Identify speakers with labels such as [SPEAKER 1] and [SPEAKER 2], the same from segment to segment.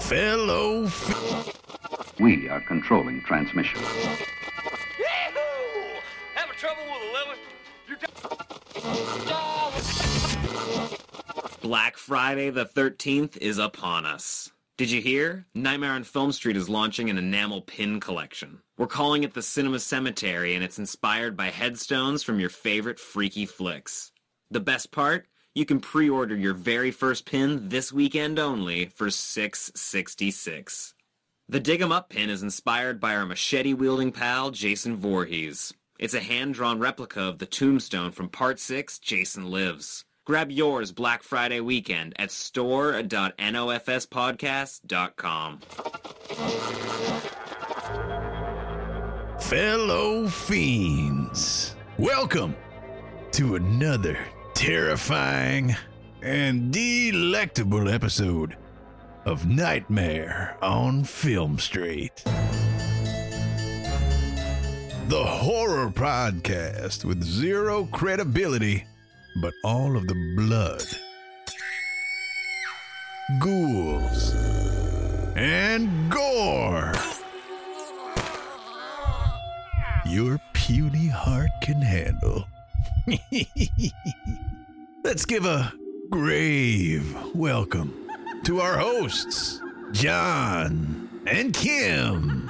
[SPEAKER 1] fellow.
[SPEAKER 2] We are controlling transmission.
[SPEAKER 3] Yahoo! Having trouble with the levers? You
[SPEAKER 4] Black Friday the 13th is upon us. Did you hear? Nightmare on Film Street is launching an enamel pin collection. We're calling it the Cinema Cemetery, and it's inspired by headstones from your favorite freaky flicks. The best part? You can pre-order your very first pin this weekend only for 666. The Dig 'em Up pin is inspired by our machete-wielding pal, Jason Voorhees. It's a hand-drawn replica of the tombstone from Part 6, Jason Lives. Grab yours Black Friday weekend at store.nofspodcast.com.
[SPEAKER 1] fellow fiends. Welcome to another terrifying and delectable episode of Nightmare on Film Street. The horror podcast with zero credibility, but all of the blood, ghouls, and gore your puny heart can handle. Let's give a grave welcome to our hosts, John and Kim.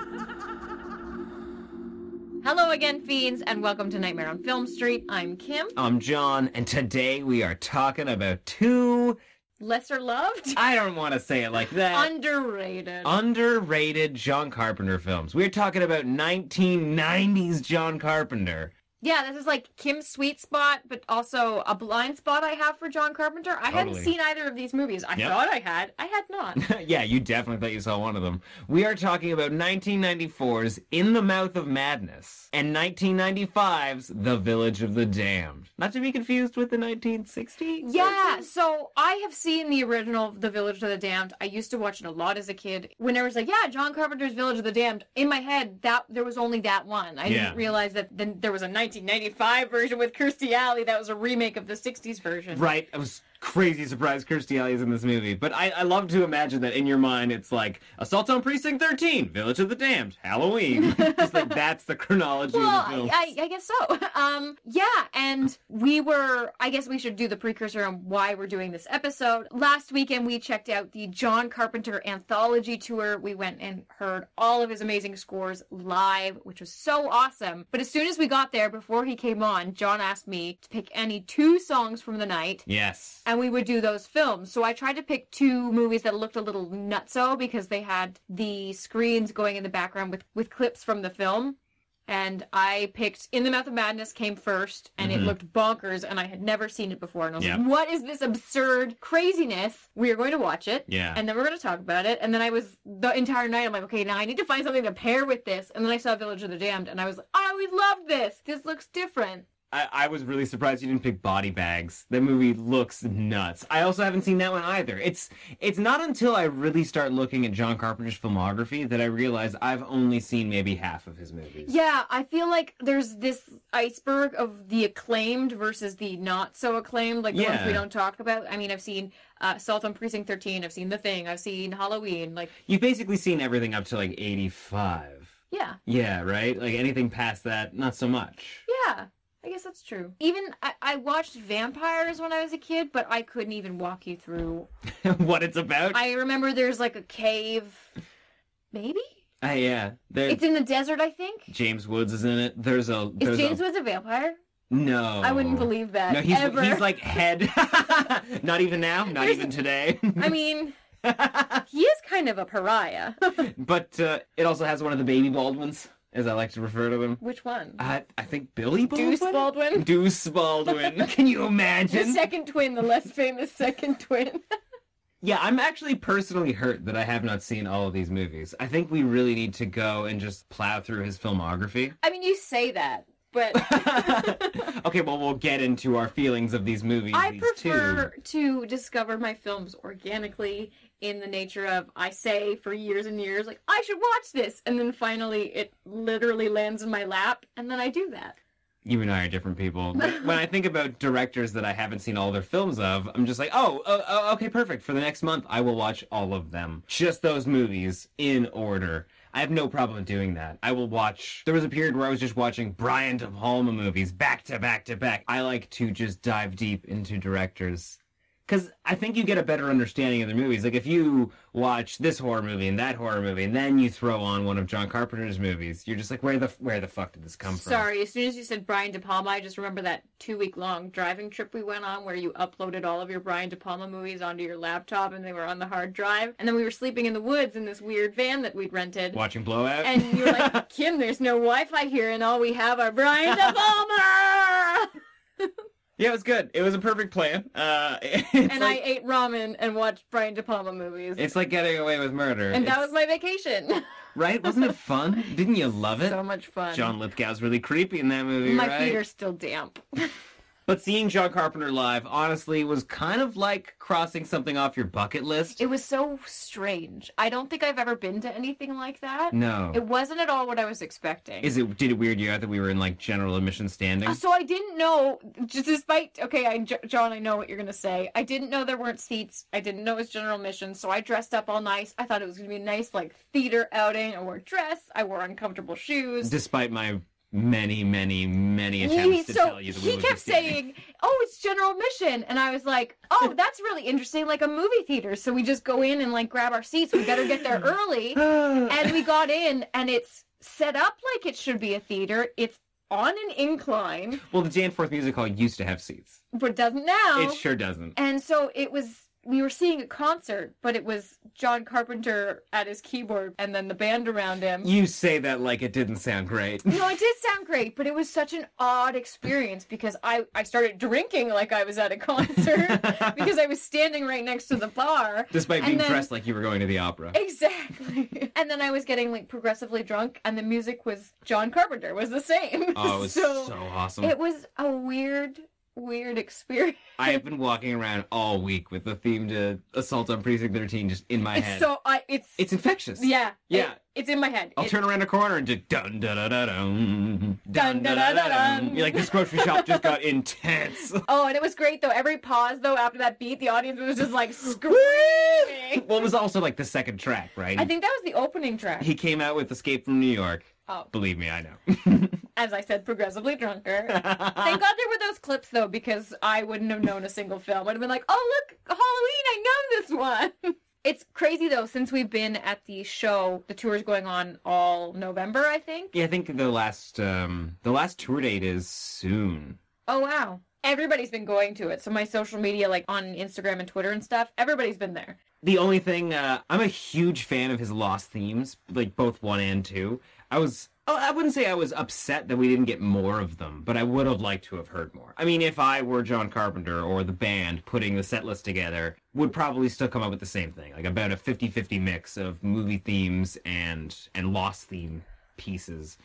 [SPEAKER 5] Hello again, fiends, and welcome to Nightmare on Film Street. I'm Kim,
[SPEAKER 4] I'm John, and today we are talking about two.
[SPEAKER 5] lesser loved,
[SPEAKER 4] I don't want to say it like that.
[SPEAKER 5] underrated.
[SPEAKER 4] underrated John Carpenter films. We're talking about 1990s John Carpenter.
[SPEAKER 5] yeah, this is like Kim's sweet spot, but also a blind spot I have for John Carpenter. I hadn't
[SPEAKER 4] Totally.
[SPEAKER 5] seen either of these movies. I
[SPEAKER 4] Yep.
[SPEAKER 5] thought I had, I had not.
[SPEAKER 4] yeah, you definitely thought you saw one of them. We are talking about 1994's In the Mouth of Madness and 1995's The Village of the Damned. Not to be confused with the 1960s.
[SPEAKER 5] Yeah, so I have seen the original The Village of the Damned. I used to watch it a lot as a kid. Whenever it's like, yeah, John Carpenter's Village of the Damned, in my head, that there was only that one. I
[SPEAKER 4] Yeah.
[SPEAKER 5] didn't realize that then there was a 1995 version with Kirstie Alley that was a remake of the 60s version.
[SPEAKER 4] Right. I was crazy surprised Kirstie Alley is in this movie. But I, I love to imagine that in your mind it's like Assault on Precinct 13, Village of the Damned, Halloween. Just like that's the chronology
[SPEAKER 5] Well,
[SPEAKER 4] of the film.
[SPEAKER 5] I, I, I guess so. Um, yeah, and we were. I guess we should do the precursor on why we're doing this episode. Last weekend, we checked out the John Carpenter anthology tour. We went and heard all of his amazing scores live, which was so awesome. But as soon as we got there, before he came on, John asked me to pick any two songs from the night.
[SPEAKER 4] yes.
[SPEAKER 5] And we would do those films. So I tried to pick two movies that looked a little nutso because they had the screens going in the background with, with clips from the film. And I picked In the Mouth of Madness came first, and it looked bonkers, and I had never seen it before. And I was
[SPEAKER 4] Mm-hmm. Yeah.
[SPEAKER 5] like, what is this absurd craziness? We are going to watch it,
[SPEAKER 4] Yeah.
[SPEAKER 5] and then we're going to talk about it. And then I was, the entire night, I'm like, okay, now I need to find something to pair with this. And then I saw Village of the Damned, and I was like, I always loved this. This looks different.
[SPEAKER 4] I, I was really surprised you didn't pick Body Bags. That movie looks nuts. I also haven't seen that one either. It's it's not until I really start looking at John Carpenter's filmography that I realize I've only seen maybe half of his movies.
[SPEAKER 5] Yeah, I feel like there's this iceberg of the acclaimed versus the not so acclaimed, like the ones
[SPEAKER 4] Yeah.
[SPEAKER 5] we don't talk about. I mean, I've seen uh, Assault on Precinct 13, I've seen The Thing, I've seen Halloween. Like,
[SPEAKER 4] You've basically seen everything up to like 85.
[SPEAKER 5] yeah,
[SPEAKER 4] Yeah, right? Like anything past that, not so much.
[SPEAKER 5] yeah, I guess that's true. Even I, I watched Vampires when I was a kid, but I couldn't even walk you through.
[SPEAKER 4] what it's about?
[SPEAKER 5] I remember there's like a cave, maybe?
[SPEAKER 4] Ah, yeah. There,
[SPEAKER 5] It's in the desert, I think.
[SPEAKER 4] James Woods is in it. There's a.
[SPEAKER 5] Is
[SPEAKER 4] There's
[SPEAKER 5] James
[SPEAKER 4] a,
[SPEAKER 5] Woods a vampire?
[SPEAKER 4] No.
[SPEAKER 5] I wouldn't believe that.
[SPEAKER 4] No, he's
[SPEAKER 5] ever.
[SPEAKER 4] he's like head. not even now. Not
[SPEAKER 5] There's-
[SPEAKER 4] even today.
[SPEAKER 5] I mean, he is kind of a pariah.
[SPEAKER 4] but uh, it also has one of the baby Baldwins, as I like to refer to them.
[SPEAKER 5] Which one?
[SPEAKER 4] I I think Billy Baldwin.
[SPEAKER 5] Deuce Baldwin?
[SPEAKER 4] Deuce Baldwin. Can you
[SPEAKER 5] The
[SPEAKER 4] imagine?
[SPEAKER 5] second twin, the less famous second twin.
[SPEAKER 4] Yeah, I'm actually personally hurt that I have not seen all of these movies. I think we really need to go and just plow through his filmography.
[SPEAKER 5] I mean, you say that, but
[SPEAKER 4] okay, well, we'll get into our feelings of these movies.
[SPEAKER 5] I
[SPEAKER 4] these
[SPEAKER 5] prefer
[SPEAKER 4] two.
[SPEAKER 5] to discover my films organically in the nature of I say for years and years, like, I should watch this. And then finally, it literally lands in my lap, and then I do that.
[SPEAKER 4] you and I are different people. But when I think about directors that I haven't seen all their films of, I'm just like, oh, uh, uh, okay, perfect. For the next month, I will watch all of them. Just those movies in order. I have no problem doing that. I will watch. There was a period where I was just watching Brian De Palma movies back to back to back. I like to just dive deep into directors because I think you get a better understanding of the movies. Like if you watch this horror movie and that horror movie, and then you throw on one of John Carpenter's movies, you're just like, where the where the fuck did this come from?
[SPEAKER 5] Sorry, as soon as you said Brian De Palma, I just remember that two week long driving trip we went on where you uploaded all of your Brian De Palma movies onto your laptop and they were on the hard drive. And then we were sleeping in the woods in this weird van that we'd rented.
[SPEAKER 4] Watching Blowout.
[SPEAKER 5] And you were like, Kim, there's no Wi Fi here, and all we have are Brian De Palma!
[SPEAKER 4] yeah, it was good. It was a perfect plan. Uh, it's
[SPEAKER 5] and
[SPEAKER 4] like,
[SPEAKER 5] I ate ramen and watched Brian De Palma movies.
[SPEAKER 4] it's like getting away with murder.
[SPEAKER 5] and that
[SPEAKER 4] It's-
[SPEAKER 5] was my vacation.
[SPEAKER 4] right. Wasn't it fun? Didn't you love it?
[SPEAKER 5] so much fun.
[SPEAKER 4] John Lithgow's really creepy in that movie,
[SPEAKER 5] my
[SPEAKER 4] right?
[SPEAKER 5] feet are still damp.
[SPEAKER 4] But seeing John Carpenter live, honestly, was kind of like crossing something off your bucket list.
[SPEAKER 5] It was so strange. I don't think I've ever been to anything like that.
[SPEAKER 4] no.
[SPEAKER 5] It wasn't at all what I was expecting.
[SPEAKER 4] Is it did it weird you out that we were in like general admission
[SPEAKER 5] Uh,
[SPEAKER 4] standings?
[SPEAKER 5] so I didn't know, just despite, okay, I, Jo- John, I know what you're going to say. I didn't know there weren't seats. I didn't know it was general admission. So I dressed up all nice. I thought it was going to be a nice, like, theater outing. I wore a dress. I wore uncomfortable shoes.
[SPEAKER 4] Despite my many, many, many attempts
[SPEAKER 5] He,
[SPEAKER 4] to
[SPEAKER 5] so
[SPEAKER 4] tell you that we
[SPEAKER 5] he
[SPEAKER 4] were
[SPEAKER 5] kept
[SPEAKER 4] just dating.
[SPEAKER 5] saying, "Oh, it's general admission," and I was like, "Oh, that's really interesting, like a movie theater." So we just go in and like grab our seats. We better get there early. and we got in and it's set up like it should be a theater it's on an incline
[SPEAKER 4] Well, the Danforth Music Hall used to have seats.
[SPEAKER 5] but doesn't now
[SPEAKER 4] It sure doesn't.
[SPEAKER 5] and so it was we were seeing a concert but it was john carpenter at his keyboard and then the band around him
[SPEAKER 4] You say that like it didn't sound great.
[SPEAKER 5] no it did sound great but it was such an odd experience because i i started drinking like i was at a concert because i was standing right next to the bar
[SPEAKER 4] Despite
[SPEAKER 5] And
[SPEAKER 4] being
[SPEAKER 5] then-
[SPEAKER 4] dressed like you were going to the opera.
[SPEAKER 5] Exactly. and then I was getting like progressively drunk, and the music was John Carpenter was the same.
[SPEAKER 4] Oh, it was so, awesome.
[SPEAKER 5] it was a weird, weird experience.
[SPEAKER 4] I have been walking around all week with the theme to Assault on Precinct 13 just in my
[SPEAKER 5] It's
[SPEAKER 4] head.
[SPEAKER 5] so I it's,
[SPEAKER 4] it's infectious.
[SPEAKER 5] yeah
[SPEAKER 4] Yeah.
[SPEAKER 5] it- it's in my head.
[SPEAKER 4] I'll
[SPEAKER 5] It-
[SPEAKER 4] turn around a corner and just dun da da da dun dun
[SPEAKER 5] Dun,
[SPEAKER 4] da
[SPEAKER 5] da,
[SPEAKER 4] da
[SPEAKER 5] da, da,
[SPEAKER 4] da.
[SPEAKER 5] dun.
[SPEAKER 4] You're like this grocery shop just got intense.
[SPEAKER 5] Oh, and it was great though. Every pause though after that beat, the audience was just like screaming.
[SPEAKER 4] Well, it was also like the second track, right?
[SPEAKER 5] I think that was the opening track.
[SPEAKER 4] he came out with Escape from New York.
[SPEAKER 5] Oh,
[SPEAKER 4] Believe me, I know.
[SPEAKER 5] as I said, progressively drunker. Thank God there were those clips though, because I wouldn't have known a single film. I'd have been like, "Oh look, Halloween! I know this one." It's crazy though, since we've been at the show, the tour's going on all November, I think.
[SPEAKER 4] yeah, I think the last um the last tour date is soon.
[SPEAKER 5] Oh wow. Everybody's been going to it. So my social media, like on Instagram and Twitter and stuff, everybody's been there.
[SPEAKER 4] The only thing uh, I'm a huge fan of his lost themes, like both one and two. I was oh, I wouldn't say I was upset that we didn't get more of them, but I would have liked to have heard more. I mean, if I were John Carpenter or the band putting the set list together, would probably still come up with the same thing, like about a 50-50 mix of movie themes and and lost theme pieces.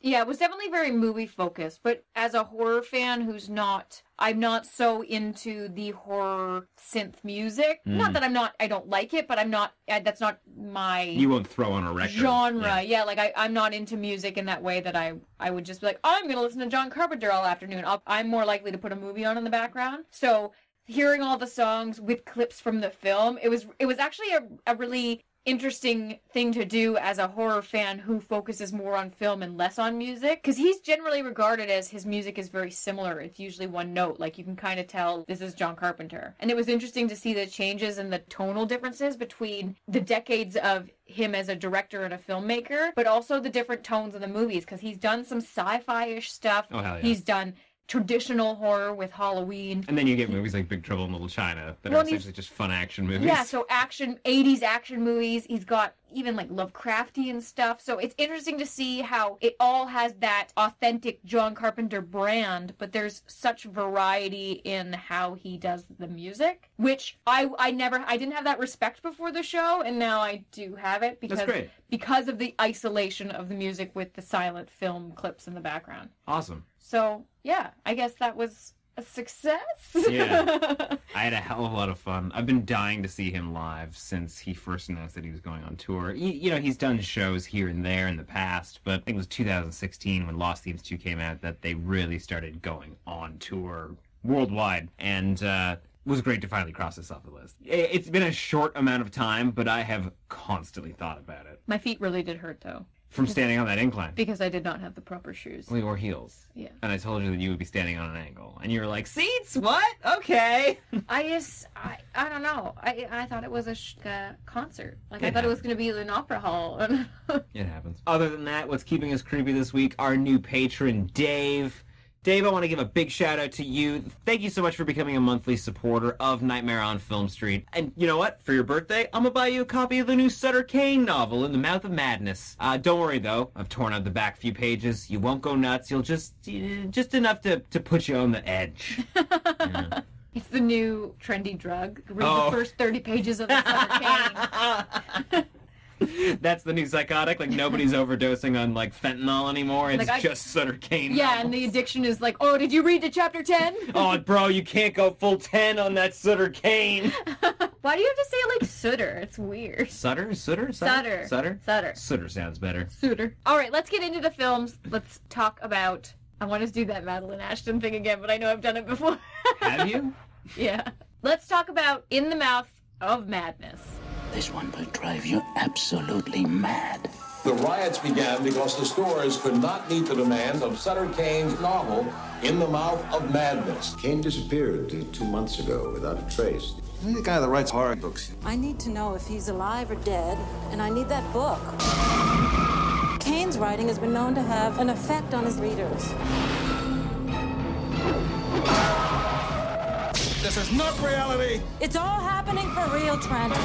[SPEAKER 5] Yeah, it was definitely very movie focused, but as a horror fan who's not I'm not so into the horror synth music.
[SPEAKER 4] Mm.
[SPEAKER 5] Not that I'm not I don't like it, but I'm not uh, that's not my
[SPEAKER 4] You won't throw on a record
[SPEAKER 5] genre. Yeah,
[SPEAKER 4] Yeah.
[SPEAKER 5] like I, I'm not into music in that way that I I would just be like, "Oh, I'm gonna listen to John Carpenter all afternoon. I'll, I'm more likely to put a movie on in the background. So hearing all the songs with clips from the film, it was it was actually a, a really interesting thing to do as a horror fan who focuses more on film and less on music because he's generally regarded as his music is very similar it's usually one note like you can kind of tell this is john carpenter and it was interesting to see the changes and the tonal differences between the decades of him as a director and a filmmaker but also the different tones of the movies because he's done some sci-fi-ish stuff
[SPEAKER 4] Oh, hell yeah.
[SPEAKER 5] he's done traditional horror with halloween
[SPEAKER 4] And then you get movies like Big Trouble in Little China that
[SPEAKER 5] Well,
[SPEAKER 4] are
[SPEAKER 5] and he's-
[SPEAKER 4] essentially just fun action movies.
[SPEAKER 5] Yeah, so action, 80s action movies. He's got even like Lovecraftian stuff. So it's interesting to see how it all has that authentic John Carpenter brand, but there's such variety in how he does the music, which I I never I didn't have that respect before the show and now I do have it because
[SPEAKER 4] great.
[SPEAKER 5] because of the isolation of the music with the silent film clips in the background.
[SPEAKER 4] Awesome.
[SPEAKER 5] So, yeah, I guess that was a success.
[SPEAKER 4] Yeah. I had a hell of a lot of fun. I've been dying to see him live since he first announced that he was going on tour. You, you know, he's done shows here and there in the past, but I think it was 2016 when Lost Themes 2 came out that they really started going on tour worldwide. And, uh, it was great to finally cross this off the list. I- It's been a short amount of time, but I have constantly thought about it.
[SPEAKER 5] My feet really did hurt though
[SPEAKER 4] From standing on that incline.
[SPEAKER 5] because I did not have the proper shoes.
[SPEAKER 4] We wore heels.
[SPEAKER 5] Yeah.
[SPEAKER 4] And I told you that you would be standing on an angle. And you were like, seats? What? Okay.
[SPEAKER 5] I just I, I don't know. I I thought it was a sh- uh, concert. Like I
[SPEAKER 4] It
[SPEAKER 5] thought it was going to be an opera hall.
[SPEAKER 4] It happens. Other than that, what's keeping us creepy this week? Our new patron, Dave. Dave, I want to give a big shout out to you. Thank you so much for becoming a monthly supporter of Nightmare on Film Street. And you know what? For your birthday, I'm gonna buy you a copy of the new Sutter Kane novel, In the Mouth of Madness. Uh, don't worry though, I've torn out the back few pages. You won't go nuts. You'll just eh, just enough to to put you on the edge. Yeah.
[SPEAKER 5] it's the new trendy drug. Read
[SPEAKER 4] Oh.
[SPEAKER 5] the first thirty pages of the Sutter Kane.
[SPEAKER 4] That's the new psychotic. Like nobody's overdosing on like fentanyl anymore. It's
[SPEAKER 5] Like, I-
[SPEAKER 4] just Sutter Kane.
[SPEAKER 5] Yeah, and the addiction is like, oh, did you read to chapter ten?
[SPEAKER 4] Oh, bro, you can't go full 10 on that Sutter cane.
[SPEAKER 5] Why do you have to say it like Sutter? It's weird.
[SPEAKER 4] Sutter? Sutter?
[SPEAKER 5] Sutter.
[SPEAKER 4] Sutter?
[SPEAKER 5] Sutter.
[SPEAKER 4] Sutter sounds better.
[SPEAKER 5] Sutter. All right, let's get into the films. Let's talk about. I want to do that Madeline Ashton thing again, but I know I've done it before.
[SPEAKER 4] Have you?
[SPEAKER 5] yeah. Let's talk about In the Mouth of Madness.
[SPEAKER 2] This one will drive you absolutely mad.
[SPEAKER 6] The riots began because the stores could not meet the demands of Sutter Kane's novel, In the Mouth of Madness.
[SPEAKER 7] Kane disappeared uh, two months ago without a trace.
[SPEAKER 6] He's the guy that writes horror books.
[SPEAKER 8] I need to know if he's alive or dead, and I need that book. Kane's writing has been known to have an effect on his readers.
[SPEAKER 6] This is not reality!
[SPEAKER 8] It's all happening for real, Trent.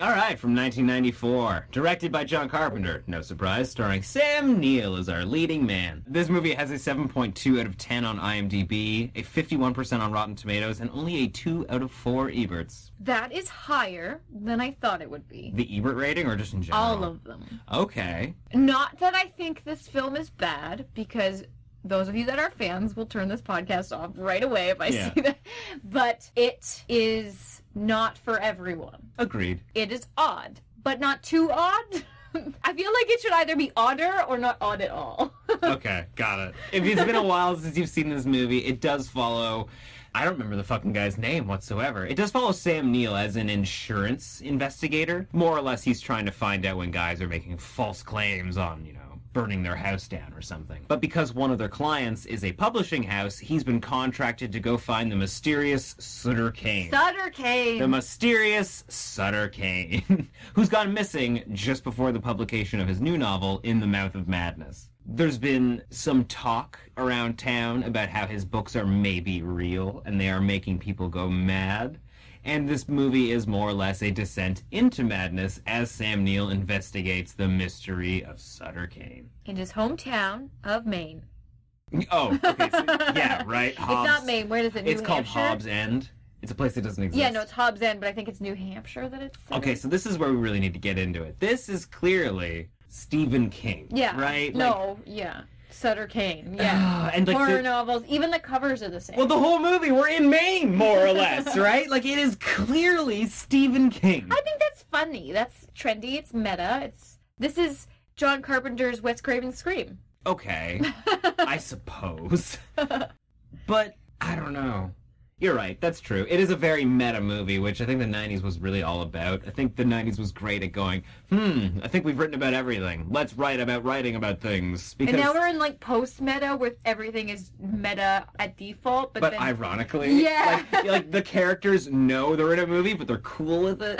[SPEAKER 4] All right, from 1994. Directed by John Carpenter. No surprise. Starring Sam Neill as our leading man. This movie has a 7.2 out of 10 on IMDb, a 51% on Rotten Tomatoes, and only a 2 out of 4 Eberts.
[SPEAKER 5] That is higher than I thought it would be.
[SPEAKER 4] The Ebert rating or just in general?
[SPEAKER 5] All of them.
[SPEAKER 4] Okay.
[SPEAKER 5] Not that I think this film is bad, because those of you that are fans will turn this podcast off right away if I
[SPEAKER 4] Yeah.
[SPEAKER 5] see that. But it is not for everyone.
[SPEAKER 4] Agreed.
[SPEAKER 5] It is odd, but not too odd. I feel like it should either be odder or not odd at all.
[SPEAKER 4] okay, got it. If it's been a while since you've seen this movie, it does follow. I don't remember the fucking guy's name whatsoever. It does follow Sam Neill as an insurance investigator. More or less, he's trying to find out when guys are making false claims on, you know, burning their house down or something. But because one of their clients is a publishing house, he's been contracted to go find the mysterious Sutter Kane.
[SPEAKER 5] Sutter Kane.
[SPEAKER 4] The mysterious Sutter Kane, who's gone missing just before the publication of his new novel, In the Mouth of Madness. There's been some talk around town about how his books are maybe real and they are making people go mad. And this movie is more or less a descent into madness as Sam Neill investigates the mystery of Sutter Kane.
[SPEAKER 5] in his hometown of Maine.
[SPEAKER 4] Oh, okay. so- yeah, right. Hobbs.
[SPEAKER 5] It's not Maine. Where does it? New
[SPEAKER 4] It's called
[SPEAKER 5] Hampshire?
[SPEAKER 4] Hobbs End. It's a place that doesn't exist.
[SPEAKER 5] Yeah, no, it's Hobbs End, but I think it's New Hampshire that it's. set
[SPEAKER 4] Okay,
[SPEAKER 5] in.
[SPEAKER 4] so this is where we really need to get into it. This is clearly Stephen King.
[SPEAKER 5] Yeah.
[SPEAKER 4] Right? Like,
[SPEAKER 5] No. Yeah. Sutter Kane. Yeah.
[SPEAKER 4] and like
[SPEAKER 5] Horror
[SPEAKER 4] the,
[SPEAKER 5] novels. Even the covers are the same.
[SPEAKER 4] well, the whole movie we're in Maine, more or less, right? Like it is clearly Stephen King.
[SPEAKER 5] I think that's funny. That's trendy. It's meta. It's this is John Carpenter's Wes Craven Scream.
[SPEAKER 4] Okay, I suppose, but I don't know. You're right. That's true. It is a very meta movie, which I think the '90s was really all about. I think the '90s was great at going, hmm. I think we've written about everything. Let's write about writing about things. Because,
[SPEAKER 5] And now we're in like post meta where everything is meta at default, but,
[SPEAKER 4] but
[SPEAKER 5] then
[SPEAKER 4] ironically,
[SPEAKER 5] Yeah.
[SPEAKER 4] like, like the characters know they're in a movie, but they're cool with it.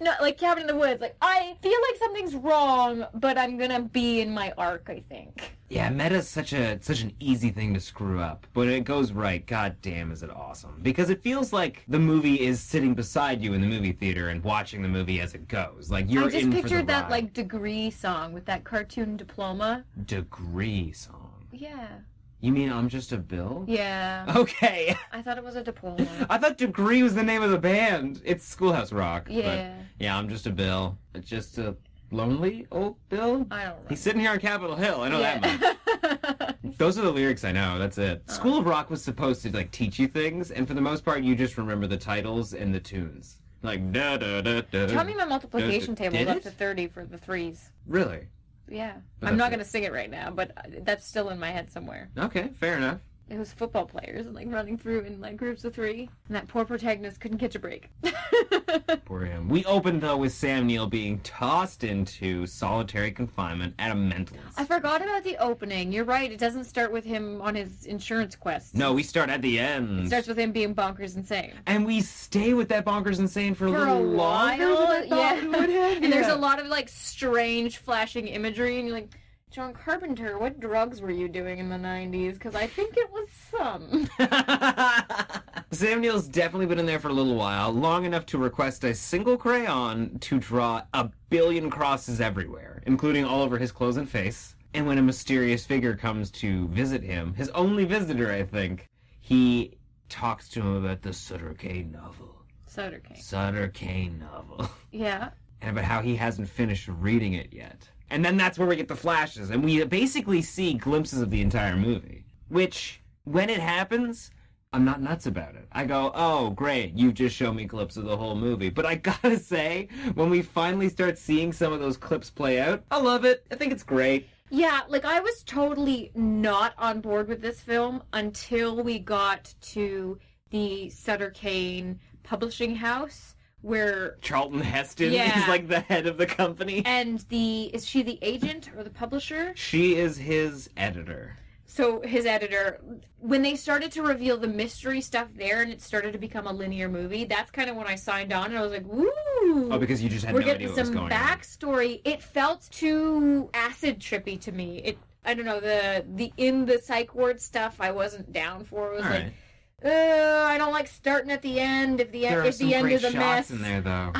[SPEAKER 5] no, like Cabin in the Woods. Like I feel like something's wrong, but I'm gonna be in my arc. I think.
[SPEAKER 4] yeah, meta's such a such an easy thing to screw up, but when it goes right, god damn, is it awesome? Because it feels like the movie is sitting beside you in the movie theater and watching the movie as it goes. Like you're
[SPEAKER 5] I just
[SPEAKER 4] in for the
[SPEAKER 5] pictured that
[SPEAKER 4] ride.
[SPEAKER 5] like degree song with that cartoon diploma.
[SPEAKER 4] degree song.
[SPEAKER 5] Yeah.
[SPEAKER 4] You mean I'm just a bill?
[SPEAKER 5] Yeah.
[SPEAKER 4] Okay,
[SPEAKER 5] I thought it was a diploma.
[SPEAKER 4] I thought degree was the name of the band. It's Schoolhouse Rock. but-
[SPEAKER 5] Yeah.
[SPEAKER 4] yeah, I'm just a bill. Just a lonely old bill.
[SPEAKER 5] I don't know.
[SPEAKER 4] He's sitting here on Capitol Hill. I know "Oh, that much.
[SPEAKER 5] Yeah.
[SPEAKER 4] Those are the lyrics I know. That's it.
[SPEAKER 5] Uh-huh.
[SPEAKER 4] School of Rock was supposed to like teach you things, and for the most part, you just remember the titles and the tunes. Like da da da da.
[SPEAKER 5] Tell me my multiplication
[SPEAKER 4] Did
[SPEAKER 5] table is up
[SPEAKER 4] it?
[SPEAKER 5] to 30 for the threes.
[SPEAKER 4] Really?
[SPEAKER 5] Yeah.
[SPEAKER 4] But
[SPEAKER 5] I'm
[SPEAKER 4] that's
[SPEAKER 5] not
[SPEAKER 4] it.
[SPEAKER 5] going to sing it right now, but uh, that's still in my head somewhere.
[SPEAKER 4] Okay, fair enough.
[SPEAKER 5] It was football players and like running through in like groups of three. And that poor protagonist couldn't catch a break.
[SPEAKER 4] Poor him. We opened though with Sam Neill being tossed into solitary confinement at a mental.
[SPEAKER 5] I forgot about the opening. You're right. It doesn't start with him on his insurance quest.
[SPEAKER 4] No, we start at the end.
[SPEAKER 5] It starts with him being bonkers insane.
[SPEAKER 4] and we stay with that bonkers insane for a
[SPEAKER 5] For a
[SPEAKER 4] little longer than I
[SPEAKER 5] while,
[SPEAKER 4] thought
[SPEAKER 5] yeah.
[SPEAKER 4] we would have.
[SPEAKER 5] And there's
[SPEAKER 4] yeah.
[SPEAKER 5] a lot of like strange flashing imagery, and you're like, John Carpenter, what drugs were you doing in the 90s? Because I think it was some.
[SPEAKER 4] Sam Neill's definitely been in there for a little while, long enough to request a single crayon to draw a billion crosses everywhere, including all over his clothes and face. And when a mysterious figure comes to visit him, his only visitor, I think, he talks to him about the Sutter Kane novel.
[SPEAKER 5] Soda cake.
[SPEAKER 4] Sutter Kane novel.
[SPEAKER 5] Yeah.
[SPEAKER 4] and about how he hasn't finished reading it yet. And then that's where we get the flashes, and we basically see glimpses of the entire movie. Which, when it happens, I'm not nuts about it. I go, oh, great, you've just shown me clips of the whole movie. But I gotta say, when we finally start seeing some of those clips play out, I love it. I think it's great.
[SPEAKER 5] Yeah, like I was totally not on board with this film until we got to the Sutter Kane publishing house where
[SPEAKER 4] Charlton Heston
[SPEAKER 5] Yeah.
[SPEAKER 4] is like the head of the company.
[SPEAKER 5] and the is she the agent or the publisher?
[SPEAKER 4] She is his editor.
[SPEAKER 5] So his editor when they started to reveal the mystery stuff there and it started to become a linear movie, that's kind of when I signed on and I was like, "Woo!"
[SPEAKER 4] Oh, because you just had
[SPEAKER 5] we're
[SPEAKER 4] no idea
[SPEAKER 5] getting
[SPEAKER 4] what was
[SPEAKER 5] some
[SPEAKER 4] going on.
[SPEAKER 5] backstory. It felt too acid trippy to me. It I don't know the the in the psych ward stuff. I wasn't down for. It was
[SPEAKER 4] All
[SPEAKER 5] like,
[SPEAKER 4] right.
[SPEAKER 5] uh, I don't like starting at the end if the
[SPEAKER 4] There
[SPEAKER 5] end
[SPEAKER 4] are
[SPEAKER 5] if
[SPEAKER 4] some
[SPEAKER 5] the end
[SPEAKER 4] great
[SPEAKER 5] is a
[SPEAKER 4] shots
[SPEAKER 5] mess.
[SPEAKER 4] in there, though.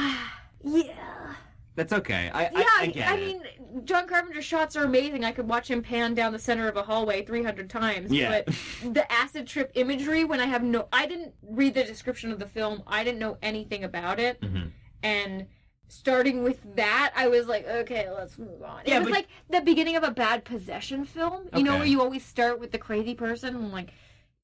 [SPEAKER 5] Yeah,
[SPEAKER 4] That's okay. I,
[SPEAKER 5] yeah.
[SPEAKER 4] I, I
[SPEAKER 5] I,
[SPEAKER 4] get
[SPEAKER 5] I
[SPEAKER 4] it.
[SPEAKER 5] mean, John Carpenter's shots are amazing. I could watch him pan down the center of a hallway three hundred times.
[SPEAKER 4] Yeah.
[SPEAKER 5] But the acid trip imagery, when I have no, I didn't read the description of the film. I didn't know anything about it.
[SPEAKER 4] Mhm.
[SPEAKER 5] and starting with that i was like okay let's move on
[SPEAKER 4] Yeah,
[SPEAKER 5] it was
[SPEAKER 4] but-
[SPEAKER 5] like the beginning of a bad possession film you know
[SPEAKER 4] Okay.
[SPEAKER 5] where you always start with the crazy person and like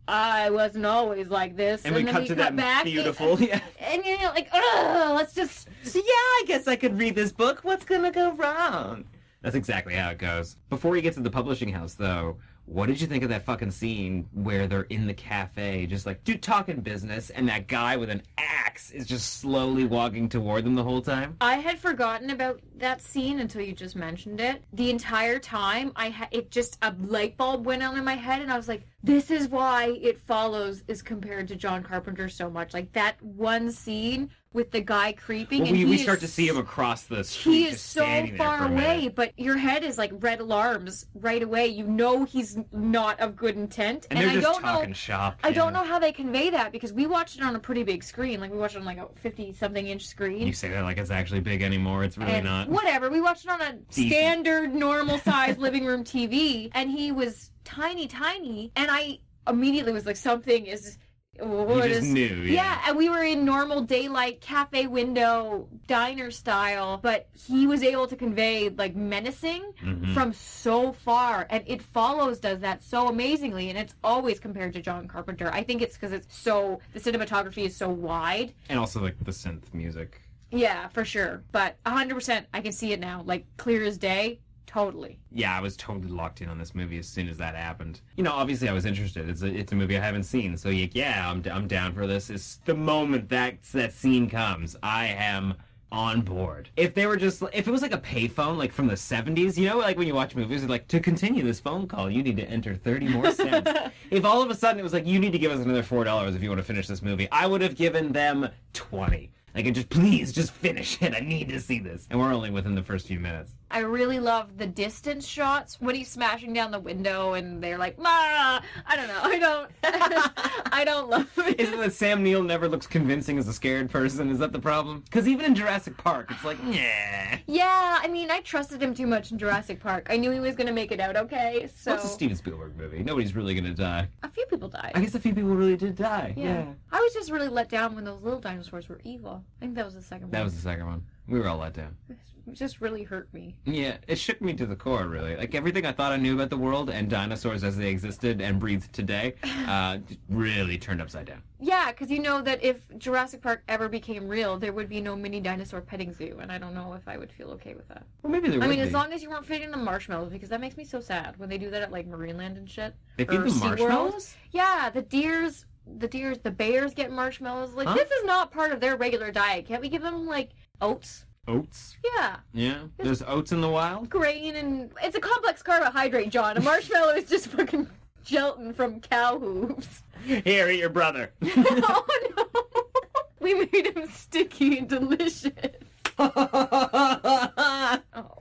[SPEAKER 5] i wasn't always like this
[SPEAKER 4] and we
[SPEAKER 5] then
[SPEAKER 4] cut to that
[SPEAKER 5] back
[SPEAKER 4] beautiful. Yeah.
[SPEAKER 5] and, you know like oh let's just
[SPEAKER 4] So yeah, I guess I could read this book. What's gonna go wrong? That's exactly how it goes. Before we get to the publishing house, though, what did you think of that fucking scene where they're in the cafe, just like dude talking business, and that guy with an axe is just slowly walking toward them the whole time?
[SPEAKER 5] I had forgotten about that scene until you just mentioned it. The entire time, I ha- it just a light bulb went on in my head, and I was like, "This is why it follows is compared to John Carpenter so much." Like that one scene with the guy creeping,
[SPEAKER 4] Well,
[SPEAKER 5] and
[SPEAKER 4] we,
[SPEAKER 5] he
[SPEAKER 4] we
[SPEAKER 5] is-
[SPEAKER 4] start to see him across the street.
[SPEAKER 5] He is
[SPEAKER 4] just
[SPEAKER 5] so
[SPEAKER 4] standing there for
[SPEAKER 5] far
[SPEAKER 4] a minute.
[SPEAKER 5] away, but your head is like red alarms right away. You know he's not of good intent,
[SPEAKER 4] and they're
[SPEAKER 5] I
[SPEAKER 4] just
[SPEAKER 5] don't
[SPEAKER 4] talking
[SPEAKER 5] know.
[SPEAKER 4] shop.
[SPEAKER 5] I don't
[SPEAKER 4] yeah.
[SPEAKER 5] know how they convey that because we watched it on a pretty big screen. Like we watched it on like a fifty-something inch screen.
[SPEAKER 4] You say that like it's actually big anymore. It's really
[SPEAKER 5] And
[SPEAKER 4] not.
[SPEAKER 5] Whatever. We watched it on a standard, normal size living room TV, and he was tiny, tiny, and I immediately was like, something is.
[SPEAKER 4] You
[SPEAKER 5] what
[SPEAKER 4] just
[SPEAKER 5] is
[SPEAKER 4] knew.
[SPEAKER 5] yeah. and we were in normal daylight cafe window diner style, but he was able to convey like menacing
[SPEAKER 4] Mhm.
[SPEAKER 5] from so far, and it follows does that so amazingly, and it's always compared to John Carpenter. I think it's because it's so the cinematography is so wide,
[SPEAKER 4] And also like the synth music.
[SPEAKER 5] yeah, for sure. But 100%, I can see it now. Like, clear as day. Totally.
[SPEAKER 4] yeah, I was totally locked in on this movie as soon as that happened. You know, obviously I was interested. It's a, it's a movie I haven't seen, so like, yeah, I'm, d- I'm down for this. It's the moment that that scene comes, I am on board. If they were just, if it was like a payphone, like from the 70s, you know, like when you watch movies, it's like to continue this phone call, you need to enter 30 more cents. if all of a sudden it was like you need to give us another four dollars if you want to finish this movie, I would have given them 20. Like, just please, just finish it. I need to see this. And we're only within the first few minutes.
[SPEAKER 5] I really love the distance shots when he's smashing down the window and they're like, Mara! I don't know. I don't. I don't love it.
[SPEAKER 4] Isn't that Sam Neill never looks convincing as a scared person? Is that the problem? Because even in Jurassic Park, it's like, yeah.
[SPEAKER 5] Yeah, I mean, I trusted him too much in Jurassic Park. I knew he was going to make it out okay, so.
[SPEAKER 4] What's a Steven Spielberg movie? Nobody's really gonna die.
[SPEAKER 5] A few people died.
[SPEAKER 4] I guess a few people really did die. Yeah.
[SPEAKER 5] I was just really let down when those little dinosaurs were evil. I think that was the second
[SPEAKER 4] That
[SPEAKER 5] one.
[SPEAKER 4] was the second one. We were all let down.
[SPEAKER 5] It just really hurt me.
[SPEAKER 4] Yeah, it shook me to the core, really. Like everything I thought I knew about the world and dinosaurs as they existed and breathed today, uh, really turned upside down.
[SPEAKER 5] Yeah, because you know that if Jurassic Park ever became real, there would be no mini dinosaur petting zoo, and I don't know if I would feel okay with that.
[SPEAKER 4] Well, maybe there
[SPEAKER 5] I
[SPEAKER 4] would
[SPEAKER 5] mean,
[SPEAKER 4] be.
[SPEAKER 5] as long as you weren't feeding them marshmallows, because that makes me so sad when they do that at like Marineland and shit.
[SPEAKER 4] They feed
[SPEAKER 5] or
[SPEAKER 4] them
[SPEAKER 5] SeaWorld.
[SPEAKER 4] marshmallows?
[SPEAKER 5] Yeah, the deers, the deers, the bears get marshmallows. Like
[SPEAKER 4] Huh?
[SPEAKER 5] this is not part of their regular diet. Can't we give them like oats?
[SPEAKER 4] Oats.
[SPEAKER 5] Yeah,
[SPEAKER 4] Yeah. There's oats in the wild.
[SPEAKER 5] grain and it's a complex carbohydrate, John. A marshmallow is just fucking gelatin from cow hooves.
[SPEAKER 4] Here, eat your brother.
[SPEAKER 5] oh no, we made him sticky and delicious. Oh.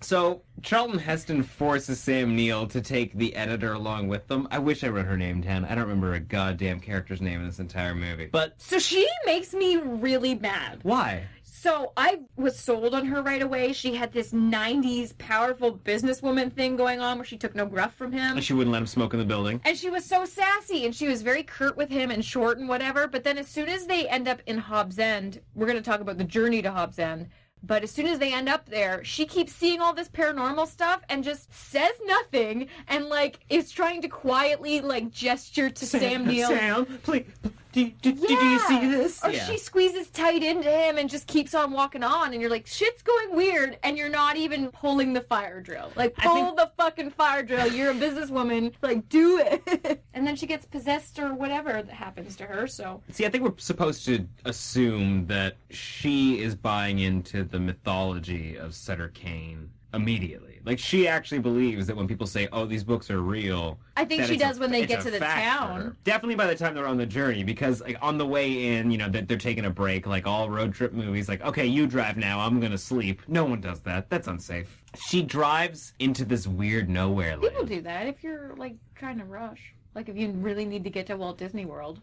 [SPEAKER 4] so Charlton Heston forces Sam Neill to take the editor along with them. I wish I wrote her name down. I don't remember a goddamn character's name in this entire movie. But
[SPEAKER 5] So she makes me really mad.
[SPEAKER 4] why?
[SPEAKER 5] So I was sold on her right away. She had this 90s powerful businesswoman thing going on where she took no gruff from him.
[SPEAKER 4] She wouldn't let him smoke in the building.
[SPEAKER 5] And she was so sassy and she was very curt with him and short and whatever. But then as soon as they end up in Hobbs End, we're going to talk about the journey to Hobbs End. But as soon as they end up there, she keeps seeing all this paranormal stuff and just says nothing and like is trying to quietly like gesture to Sam, Neill. Oh,
[SPEAKER 4] Sam, please. Do, do, do, do you see this?
[SPEAKER 5] Or she squeezes tight into him and just keeps on walking on, and you're like, shit's going weird, and you're not even pulling the fire drill. Like,
[SPEAKER 4] I
[SPEAKER 5] pull
[SPEAKER 4] think-
[SPEAKER 5] the fucking fire drill. You're a businesswoman. Like, do it. and then she gets possessed or whatever that happens to her, so.
[SPEAKER 4] See, I think we're supposed to assume that she is buying into the mythology of Sutter Kane immediately. Like she actually believes that when people say, "Oh, these books are real,"
[SPEAKER 5] I think
[SPEAKER 4] that
[SPEAKER 5] she
[SPEAKER 4] it's
[SPEAKER 5] does
[SPEAKER 4] a-
[SPEAKER 5] when they
[SPEAKER 4] it's
[SPEAKER 5] get
[SPEAKER 4] a
[SPEAKER 5] to the
[SPEAKER 4] fact for
[SPEAKER 5] town.
[SPEAKER 4] her. Definitely by the time they're on the journey, because like on the way in, you know, that they're taking a break, like all road trip movies. Like, okay, you drive now. I'm gonna sleep. No one does that. That's unsafe. She drives into this weird nowhere land.
[SPEAKER 5] People do that if you're, like, trying to rush. Like, if you really need to get to Walt Disney World.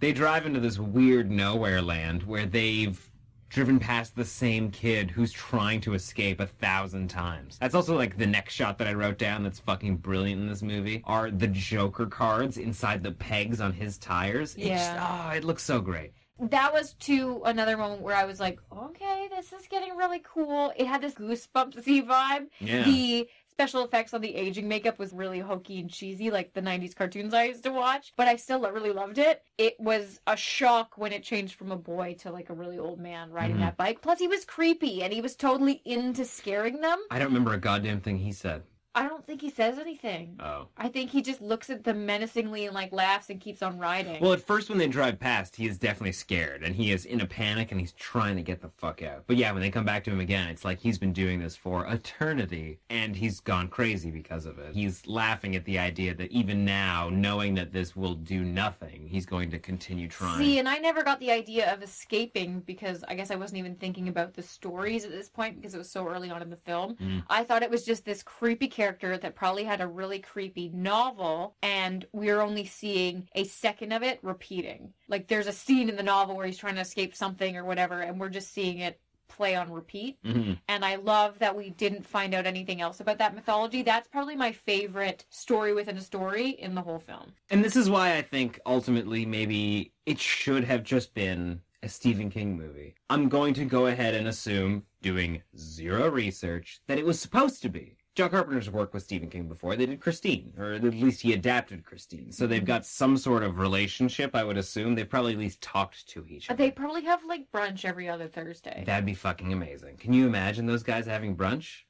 [SPEAKER 4] they drive into this weird nowhere land where they've driven past the same kid who's trying to escape a thousand times. That's also like the next shot that I wrote down that's fucking brilliant in this movie are the Joker cards inside the pegs on his tires. It just-
[SPEAKER 5] Yeah.
[SPEAKER 4] oh, it looks so great.
[SPEAKER 5] that was to another moment where I was like, okay, this is getting really cool. It had this goosebumpsy vibe.
[SPEAKER 4] Yeah.
[SPEAKER 5] The special effects on the aging makeup was really hokey and cheesy, like the 90s cartoons I used to watch, but I still really loved it. It was a shock when it changed from a boy to like a really old man riding
[SPEAKER 4] Mm-hmm.
[SPEAKER 5] that bike. Plus, he was creepy and he was totally into scaring them.
[SPEAKER 4] I don't remember a goddamn thing he said.
[SPEAKER 5] I don't think he says anything.
[SPEAKER 4] Oh.
[SPEAKER 5] I think he just looks at them menacingly and like laughs and keeps on riding.
[SPEAKER 4] Well, at first when they drive past, he is definitely scared and he is in a panic and he's trying to get the fuck out. But yeah, when they come back to him again, it's like he's been doing this for eternity and he's gone crazy because of it. He's laughing at the idea that even now, knowing that this will do nothing, he's going to continue trying.
[SPEAKER 5] See, and I never got the idea of escaping because I guess I wasn't even thinking about the stories at this point because it was so early on in the film. I thought it was just this creepy character that probably had a really creepy novel, and we are only seeing a second of it repeating. Like, there's a scene in the novel where he's trying to escape something or whatever, and we're just seeing it play on repeat.
[SPEAKER 4] Mhm.
[SPEAKER 5] And I love that we didn't find out anything else about that mythology. That's probably my favorite story within a story in the whole film.
[SPEAKER 4] And this is why I think ultimately maybe it should have just been a Stephen King movie. I'm going to go ahead and assume, doing zero research, that it was supposed to be. John Carpenter's work with Stephen King before. They did Christine, or at least he adapted Christine. So they've got some sort of relationship, I would assume. They've probably at least talked to each other.
[SPEAKER 5] They probably have like brunch every other Thursday.
[SPEAKER 4] That'd be fucking amazing. Can you imagine those guys having brunch?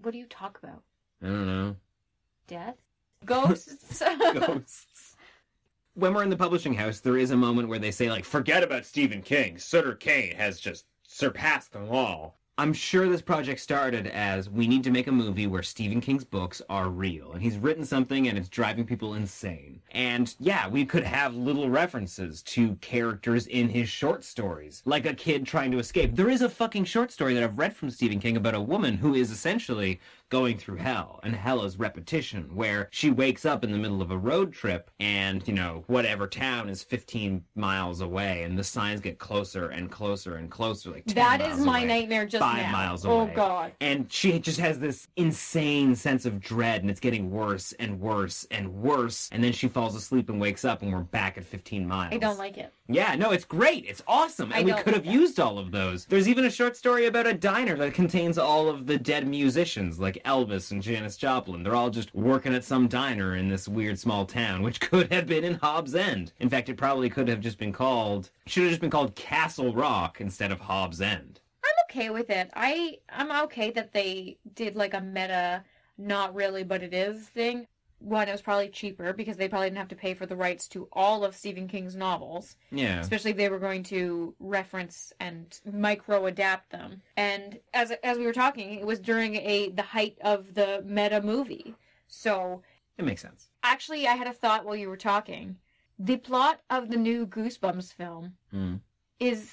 [SPEAKER 5] What do you talk about?
[SPEAKER 4] I don't know.
[SPEAKER 5] Death? Ghosts?
[SPEAKER 4] ghosts. When we're in the publishing house, there is a moment where they say, like, forget about Stephen King. Sutter Kane has just surpassed them all. I'm sure this project started as we need to make a movie where Stephen King's books are real. And he's written something and it's driving people insane. And yeah, we could have little references to characters in his short stories, like a kid trying to escape. There is a fucking short story that I've read from Stephen King about a woman who is essentially going through hell and hell is repetition where she wakes up in the middle of a road trip and you know whatever town is 15 miles away and the signs get closer and closer and closer like 10
[SPEAKER 5] That is
[SPEAKER 4] miles
[SPEAKER 5] my
[SPEAKER 4] away,
[SPEAKER 5] nightmare just
[SPEAKER 4] five
[SPEAKER 5] now.
[SPEAKER 4] miles
[SPEAKER 5] Oh,
[SPEAKER 4] away
[SPEAKER 5] God.
[SPEAKER 4] and she just has this insane sense of dread and it's getting worse and worse and worse and then she falls asleep and wakes up and we're back at 15 miles
[SPEAKER 5] I don't like it.
[SPEAKER 4] yeah, no, it's great. It's awesome.
[SPEAKER 5] I
[SPEAKER 4] And we
[SPEAKER 5] don't
[SPEAKER 4] could
[SPEAKER 5] like
[SPEAKER 4] have
[SPEAKER 5] that.
[SPEAKER 4] used all of those. There's even a short story about a diner that contains all of the dead musicians, like Elvis and Janis Joplin. They're all just working at some diner in this weird small town, which could have been in Hobbs End. In fact, it probably could have just been called, should have just been called Castle Rock instead of Hobbs End.
[SPEAKER 5] I'm okay with it. I I'm okay that they did like a meta, not really, but it is thing. One, it was probably cheaper because they probably didn't have to pay for the rights to all of Stephen King's novels,
[SPEAKER 4] Yeah.
[SPEAKER 5] especially if they were going to reference and micro adapt them. And as as we were talking, it was during a the height of the meta movie, so
[SPEAKER 4] It makes sense.
[SPEAKER 5] actually i had a thought while you were talking the plot of the new goosebumps film
[SPEAKER 4] Mm.
[SPEAKER 5] is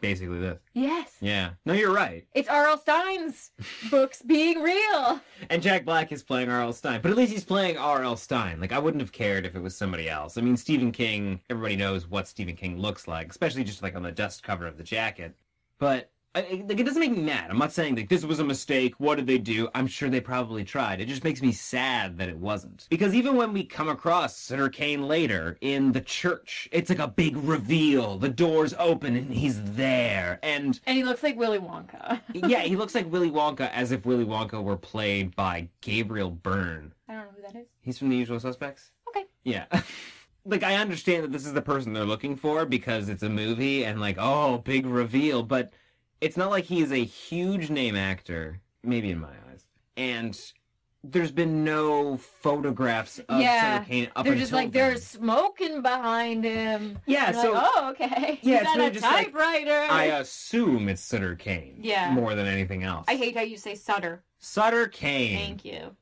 [SPEAKER 4] Basically this.
[SPEAKER 5] yes
[SPEAKER 4] Yeah. No, you're right.
[SPEAKER 5] it's rl stein's books being real
[SPEAKER 4] And Jack Black is playing R.L. Stein, but at least he's playing R.L. Stein. Like I wouldn't have cared if it was somebody else. I mean, Stephen King. Everybody knows what Stephen King looks like, especially just like on the dust cover of the jacket. But I, I- like, it doesn't make me mad. I'm not saying like this was a mistake. What did they do? I'm sure they probably tried. It just makes me sad that it wasn't. Because even when we come across Sir Kane later in the church, it's like a big reveal. The doors open and he's there, and
[SPEAKER 5] and he looks like willy wonka
[SPEAKER 4] yeah, he looks like Willy Wonka as if Willy Wonka were played by Gabriel Byrne.
[SPEAKER 5] i don't know who that is
[SPEAKER 4] He's from The Usual Suspects.
[SPEAKER 5] Okay.
[SPEAKER 4] Yeah. like I understand that this is the person they're looking for because it's a movie and like oh big reveal, but it's not like he is a huge name actor, maybe in my eyes. And there's been no photographs of
[SPEAKER 5] Yeah,
[SPEAKER 4] Sutter Kane up
[SPEAKER 5] they're
[SPEAKER 4] until
[SPEAKER 5] just like
[SPEAKER 4] then.
[SPEAKER 5] there's smoking behind him
[SPEAKER 4] yeah.
[SPEAKER 5] You're
[SPEAKER 4] so
[SPEAKER 5] like, oh okay
[SPEAKER 4] Yeah,
[SPEAKER 5] he's
[SPEAKER 4] it's
[SPEAKER 5] not
[SPEAKER 4] really
[SPEAKER 5] a
[SPEAKER 4] just like-
[SPEAKER 5] typewriter
[SPEAKER 4] I uh, assume it's Sutter Kane.
[SPEAKER 5] Yeah.
[SPEAKER 4] More than anything else.
[SPEAKER 5] I hate how you say sutter
[SPEAKER 4] Sutter Kane.
[SPEAKER 5] thank you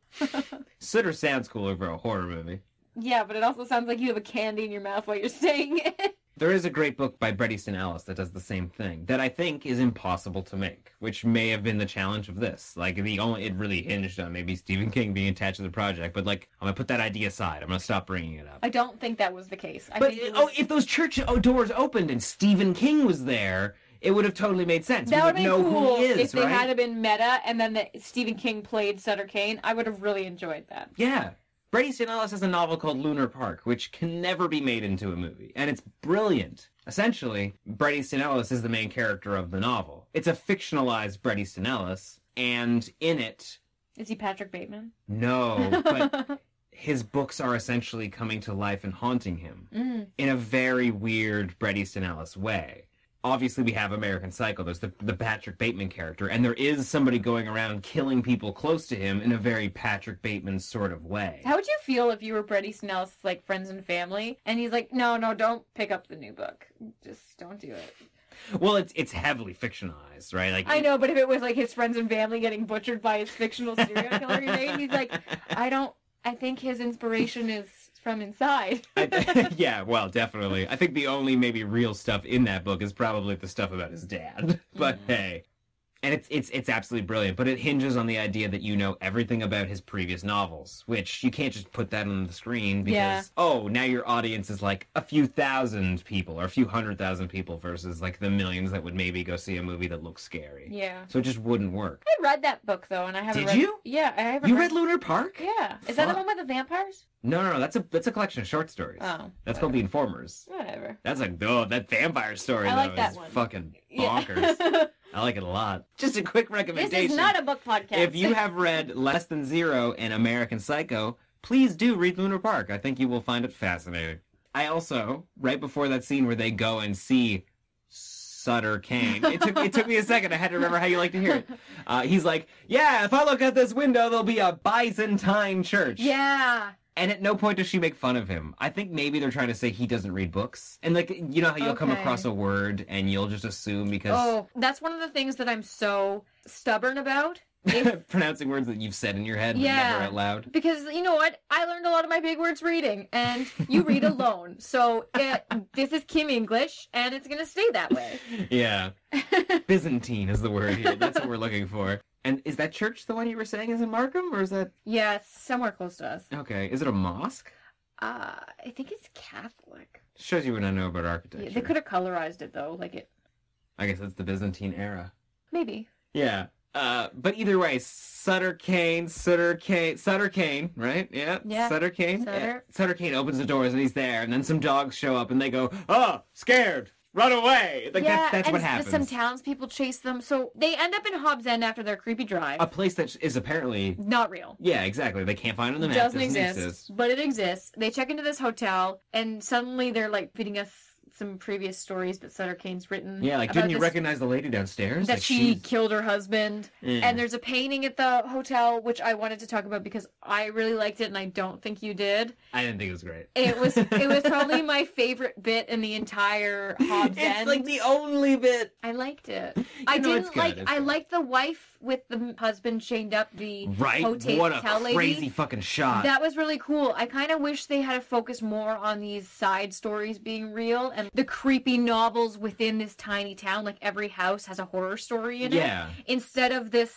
[SPEAKER 4] Sutter sounds cooler for a horror movie.
[SPEAKER 5] yeah but it also sounds like you have a candy in your mouth while you're saying it
[SPEAKER 4] There is a great book by Bret Easton Ellis that does the same thing that I think is impossible to make, which may have been the challenge of this. Like the only it really hinged on maybe Stephen King being attached to the project, but like I'm gonna put that idea aside. I'm gonna stop bringing it up.
[SPEAKER 5] i don't think that was the case I
[SPEAKER 4] But
[SPEAKER 5] think it was-
[SPEAKER 4] oh, if those church oh, doors opened and Stephen King was there, it would have totally made sense.
[SPEAKER 5] That
[SPEAKER 4] we would
[SPEAKER 5] would have been
[SPEAKER 4] know
[SPEAKER 5] cool
[SPEAKER 4] who he is,
[SPEAKER 5] if they
[SPEAKER 4] right?
[SPEAKER 5] had been meta and then that Stephen King played Sutter Kane. I would have really enjoyed that.
[SPEAKER 4] Yeah. Bret Easton Ellis has a novel called Lunar Park, which can never be made into a movie, and it's brilliant. Essentially, Bret Easton Ellis is the main character of the novel. It's a fictionalized Bret Easton Ellis, and in it,
[SPEAKER 5] Is he Patrick Bateman?
[SPEAKER 4] no, but his books are essentially coming to life and haunting him
[SPEAKER 5] Mm.
[SPEAKER 4] in a very weird Bret Easton Ellis way. Obviously, we have American Psycho. There's the, the Patrick Bateman character, and there is somebody going around killing people close to him in a very Patrick Bateman sort of way.
[SPEAKER 5] How would you feel if you were Brady Snell's like friends and family, and he's like, "No, no, don't pick up the new book. Just don't do it."
[SPEAKER 4] Well, it's it's heavily fictionalized, right? Like
[SPEAKER 5] I know, but if it was like his friends and family getting butchered by his fictional serial killer, he made, he's like, "I don't. I think his inspiration is from inside."
[SPEAKER 4] I- yeah, well, definitely. I think the only maybe real stuff in that book is probably the stuff about his dad. But
[SPEAKER 5] Mm-hmm.
[SPEAKER 4] hey, and it's it's it's absolutely brilliant. But it hinges on the idea that you know everything about his previous novels, which you can't just put that on the screen because
[SPEAKER 5] Yeah.
[SPEAKER 4] oh, now your audience is like a few thousand people or a few hundred thousand people versus like the millions that would maybe go see a movie that looks scary.
[SPEAKER 5] yeah,
[SPEAKER 4] So it just wouldn't work.
[SPEAKER 5] I read that book though, and I haven't.
[SPEAKER 4] Did
[SPEAKER 5] read...
[SPEAKER 4] you?
[SPEAKER 5] Yeah, I haven't.
[SPEAKER 4] You read Lunar Park?
[SPEAKER 5] Yeah, is that the
[SPEAKER 4] Fuck.
[SPEAKER 5] one with the vampires?
[SPEAKER 4] No, no, no. That's a that's a collection of short stories.
[SPEAKER 5] Oh,
[SPEAKER 4] That's called The Informers.
[SPEAKER 5] whatever.
[SPEAKER 4] That's like, oh, that vampire story
[SPEAKER 5] I
[SPEAKER 4] though
[SPEAKER 5] like that
[SPEAKER 4] is
[SPEAKER 5] one.
[SPEAKER 4] fucking
[SPEAKER 5] Yeah.
[SPEAKER 4] bonkers. I like it a lot. Just a quick
[SPEAKER 5] this
[SPEAKER 4] recommendation.
[SPEAKER 5] is not a book podcast.
[SPEAKER 4] if you have read Less Than Zero and American Psycho, please do read Lunar Park. I think you will find it fascinating. I also, right before that scene where they go and see Sutter Kane, it took, it took me a second. I had to remember how you like to hear it. Uh, he's like, yeah, if I look out this window, there'll be a Byzantine church.
[SPEAKER 5] yeah,
[SPEAKER 4] And at no point does she make fun of him. I think maybe they're trying to say he doesn't read books. And like you know how you'll come
[SPEAKER 5] Okay.
[SPEAKER 4] across a word and you'll just assume because
[SPEAKER 5] oh, that's one of the things that I'm so stubborn about. If-
[SPEAKER 4] pronouncing words that you've said in your head
[SPEAKER 5] Yeah.
[SPEAKER 4] but never out loud.
[SPEAKER 5] because you know what, I learned a lot of my big words reading, and you read alone. So it, this is Kim English, and it's gonna stay that way.
[SPEAKER 4] Yeah. Byzantine is the word here. That's what we're looking for. And is that church the one you were saying is in Markham, or is that
[SPEAKER 5] Yeah, it's somewhere close to us.
[SPEAKER 4] okay? Is it a mosque?
[SPEAKER 5] Uh, I think it's Catholic.
[SPEAKER 4] Shows you what I know about
[SPEAKER 5] Yeah,
[SPEAKER 4] architecture.
[SPEAKER 5] they could have colorized it though, like it
[SPEAKER 4] I guess that's the Byzantine era.
[SPEAKER 5] maybe.
[SPEAKER 4] Yeah. Uh, but either way, Sutter Kane, Sutter Kane, Sutter Kane, right? Yeah.
[SPEAKER 5] Yeah.
[SPEAKER 4] Sutter Kane.
[SPEAKER 5] Sutter.
[SPEAKER 4] Yeah. Sutter Kane opens the doors and he's there, and then some dogs show up and they go, "Oh, scared, run away!" Like
[SPEAKER 5] yeah,
[SPEAKER 4] that's, that's
[SPEAKER 5] and
[SPEAKER 4] what
[SPEAKER 5] s-
[SPEAKER 4] happens.
[SPEAKER 5] some townspeople chase them, so they end up in Hobbs End after their creepy drive.
[SPEAKER 4] a place that is apparently
[SPEAKER 5] Not real.
[SPEAKER 4] yeah, exactly. They can't find it on the map.
[SPEAKER 5] doesn't exist, Mm-hmm. but it exists. They check into this hotel, and suddenly they're like feeding us some previous stories that Sutter Kane's written.
[SPEAKER 4] Yeah, like
[SPEAKER 5] about
[SPEAKER 4] didn't you
[SPEAKER 5] this-
[SPEAKER 4] recognize the lady downstairs?
[SPEAKER 5] that
[SPEAKER 4] Like,
[SPEAKER 5] she
[SPEAKER 4] she's-
[SPEAKER 5] killed her husband?
[SPEAKER 4] Yeah.
[SPEAKER 5] And there's a painting at the hotel which I wanted to talk about because I really liked it, and I don't think you did.
[SPEAKER 4] I didn't think it was great.
[SPEAKER 5] It was it was probably my favorite bit in the entire Hobbs End.
[SPEAKER 4] the only bit.
[SPEAKER 5] I liked it. I
[SPEAKER 4] know it's
[SPEAKER 5] didn't
[SPEAKER 4] good,
[SPEAKER 5] like.
[SPEAKER 4] it's
[SPEAKER 5] I
[SPEAKER 4] good.
[SPEAKER 5] liked the wife with the husband chained up. The
[SPEAKER 4] Right?
[SPEAKER 5] hotel,
[SPEAKER 4] what a
[SPEAKER 5] hotel
[SPEAKER 4] crazy
[SPEAKER 5] lady.
[SPEAKER 4] fucking shot.
[SPEAKER 5] That was really cool. I kind of wish they had focused more on these side stories being real and the creepy novels within this tiny town. Like every house has a horror story in
[SPEAKER 4] Yeah.
[SPEAKER 5] it. Instead of this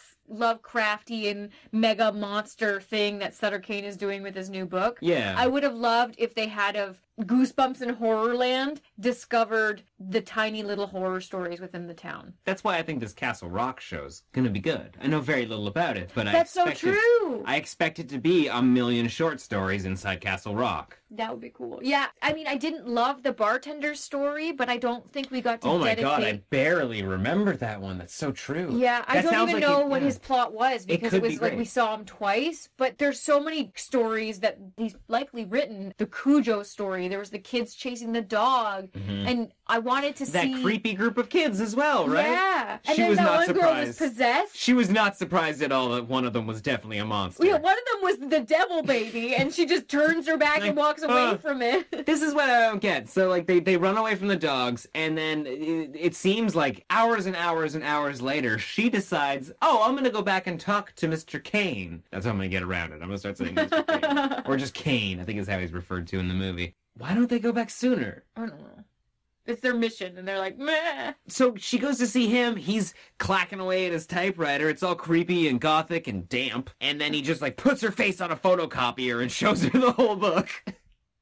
[SPEAKER 5] Lovecraftian mega monster thing that Sutter Kane is doing with his new book.
[SPEAKER 4] Yeah.
[SPEAKER 5] I would have loved if they had of Goosebumps in Horrorland discovered the tiny little horror stories within the town.
[SPEAKER 4] That's why I think this Castle Rock show's gonna be good. I know very little about it, but
[SPEAKER 5] That's
[SPEAKER 4] I
[SPEAKER 5] so
[SPEAKER 4] expect
[SPEAKER 5] true.
[SPEAKER 4] It, I expect it to be a million short stories inside Castle Rock.
[SPEAKER 5] That would be cool. Yeah, I mean, I didn't love the bartender's story, but I don't think we got to.
[SPEAKER 4] oh my
[SPEAKER 5] dedicate...
[SPEAKER 4] god, I barely remember that one. That's so true.
[SPEAKER 5] Yeah, I
[SPEAKER 4] That
[SPEAKER 5] don't
[SPEAKER 4] sounds
[SPEAKER 5] even
[SPEAKER 4] like
[SPEAKER 5] know
[SPEAKER 4] it-
[SPEAKER 5] what
[SPEAKER 4] yeah.
[SPEAKER 5] his plot was because it,
[SPEAKER 4] could
[SPEAKER 5] was
[SPEAKER 4] be
[SPEAKER 5] like we
[SPEAKER 4] great.
[SPEAKER 5] saw him twice. But there's so many stories that he's likely written. The Cujo story. There was the kids chasing the dog, and I wanted to
[SPEAKER 4] Mm-hmm. that
[SPEAKER 5] see
[SPEAKER 4] creepy group of kids as well, right?
[SPEAKER 5] Yeah, and
[SPEAKER 4] She
[SPEAKER 5] then
[SPEAKER 4] was
[SPEAKER 5] that
[SPEAKER 4] not
[SPEAKER 5] one girl was
[SPEAKER 4] surprised.
[SPEAKER 5] possessed.
[SPEAKER 4] She was not surprised at all that one of them was definitely a monster.
[SPEAKER 5] Yeah, one of them was the devil baby, and she just turns her back and
[SPEAKER 4] Like,
[SPEAKER 5] walks away
[SPEAKER 4] uh,
[SPEAKER 5] from it.
[SPEAKER 4] this is what I don't get. So like they they run away from the dogs, and then it, it seems like hours and hours and hours later, she decides, oh, I'm gonna go back and talk to Mr. Kane. That's how I'm gonna get around it. I'm gonna start saying Mr. Kane or just Kane. I think is how he's referred to in the movie. Why don't they go back sooner?
[SPEAKER 5] I don't know. It's their mission, and they're like, meh.
[SPEAKER 4] So she goes to see him. He's clacking away at his typewriter. It's all creepy and gothic and damp. And then he just like puts her face on a photocopier and shows her the whole book.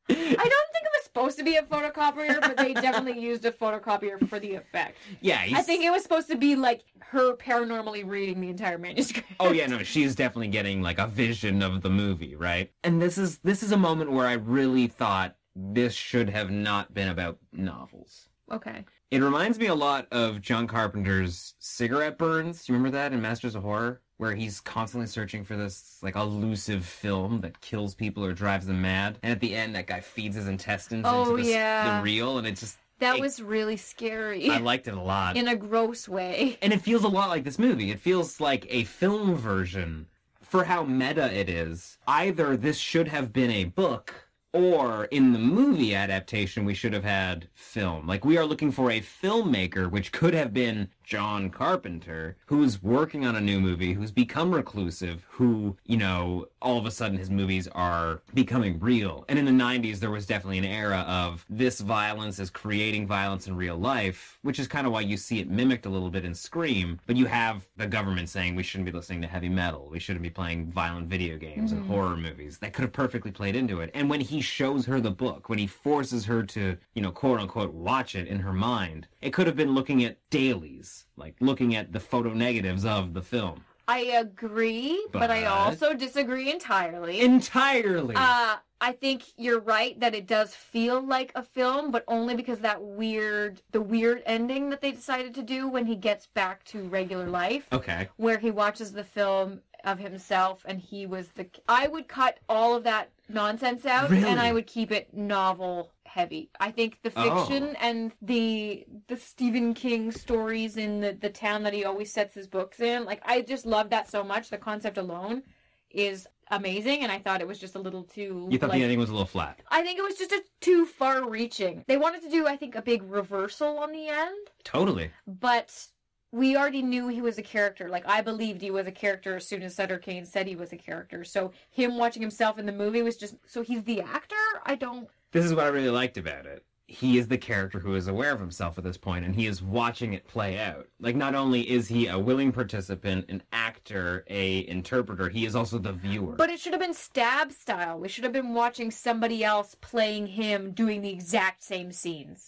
[SPEAKER 5] I don't think it was supposed to be a photocopier, but they definitely used a photocopier for the effect.
[SPEAKER 4] Yeah, he's,
[SPEAKER 5] I think it was supposed to be like her paranormally reading the entire manuscript.
[SPEAKER 4] Oh yeah, no, she's definitely getting like a vision of the movie, right? And this is this is a moment where I really thought this should have not been about novels.
[SPEAKER 5] Okay.
[SPEAKER 4] It reminds me a lot of John Carpenter's Cigarette Burns. You remember that in Masters of Horror, where he's constantly searching for this like elusive film that kills people or drives them mad, and at the end that guy feeds his intestines
[SPEAKER 5] Oh,
[SPEAKER 4] into the, s-
[SPEAKER 5] yeah.
[SPEAKER 4] the reel, and it just
[SPEAKER 5] That
[SPEAKER 4] Hey.
[SPEAKER 5] was really scary
[SPEAKER 4] I liked it a lot.
[SPEAKER 5] in a gross way.
[SPEAKER 4] and it feels a lot like this movie. It feels like a film version for how meta it is. Either this should have been a book, or in the movie adaptation, we should have had film. Like, we are looking for a filmmaker, which could have been John Carpenter, who's working on a new movie, who's become reclusive, who, you know, all of a sudden his movies are becoming real. And in the 90s, there was definitely an era of this violence is creating violence in real life, which is kind of why you see it mimicked a little bit in Scream. But you have the government saying we shouldn't be listening to heavy metal, we shouldn't be playing violent video games
[SPEAKER 5] Mm-hmm.
[SPEAKER 4] and horror movies. That could have perfectly played into it. And when he shows her the book, when he forces her to, you know, quote unquote, watch it in her mind, it could have been looking at dailies, like looking at the photo negatives of the film.
[SPEAKER 5] I agree, but, I
[SPEAKER 4] But-
[SPEAKER 5] also disagree entirely.
[SPEAKER 4] Entirely.
[SPEAKER 5] Uh, I think you're right that it does feel like a film, but only because that weird, the weird ending that they decided to do when he gets back to regular life,
[SPEAKER 4] okay.
[SPEAKER 5] where he watches the film of himself and he was the. I would cut all of that nonsense out
[SPEAKER 4] Really?
[SPEAKER 5] and I would keep it novel heavy. I think the
[SPEAKER 4] Oh.
[SPEAKER 5] fiction and the the Stephen King stories in the the town that he always sets his books in, like I just love that so much. The concept alone is amazing and I thought it was just a little too
[SPEAKER 4] You thought
[SPEAKER 5] like,
[SPEAKER 4] the ending was a little flat.
[SPEAKER 5] I think it was just a too far reaching. They wanted to do I think a big reversal on the end,
[SPEAKER 4] Totally.
[SPEAKER 5] but we already knew he was a character. Like I believed he was a character as soon as Sutter Kane said he was a character. So him watching himself in the movie was just so he's the actor? I don't
[SPEAKER 4] This is what I really liked about it. he is the character who is aware of himself at this point and he is watching it play out like not only is he a willing participant an actor a interpreter he is also the viewer
[SPEAKER 5] But it should have been stab style. We should have been watching somebody else playing him doing the exact same scenes.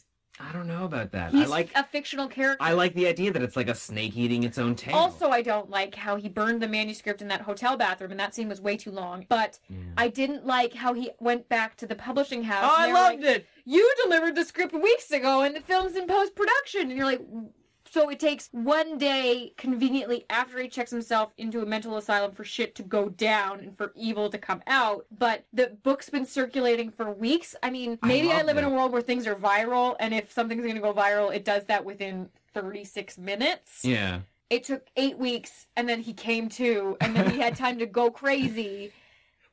[SPEAKER 4] i don't know about that
[SPEAKER 5] He's
[SPEAKER 4] i like
[SPEAKER 5] a fictional character.
[SPEAKER 4] i like the idea that it's like a snake eating its own tail
[SPEAKER 5] Also, I don't like how he burned the manuscript in that hotel bathroom, and that scene was way too long. But I didn't like how he went back to the publishing house.
[SPEAKER 4] oh
[SPEAKER 5] and
[SPEAKER 4] i
[SPEAKER 5] they were
[SPEAKER 4] loved
[SPEAKER 5] like,
[SPEAKER 4] it
[SPEAKER 5] You delivered the script weeks ago, and the film's in post production. And you're like, so it takes one day conveniently after he checks himself into a mental asylum for shit to go down and for evil to come out. But the book's been circulating for weeks. I mean,
[SPEAKER 4] I
[SPEAKER 5] maybe I,
[SPEAKER 4] love
[SPEAKER 5] live in a
[SPEAKER 4] it.
[SPEAKER 5] world where things are viral, and if something's going to go viral, it does that within 36 minutes
[SPEAKER 4] yeah
[SPEAKER 5] it took eight weeks and then he came to and then he had time to go crazy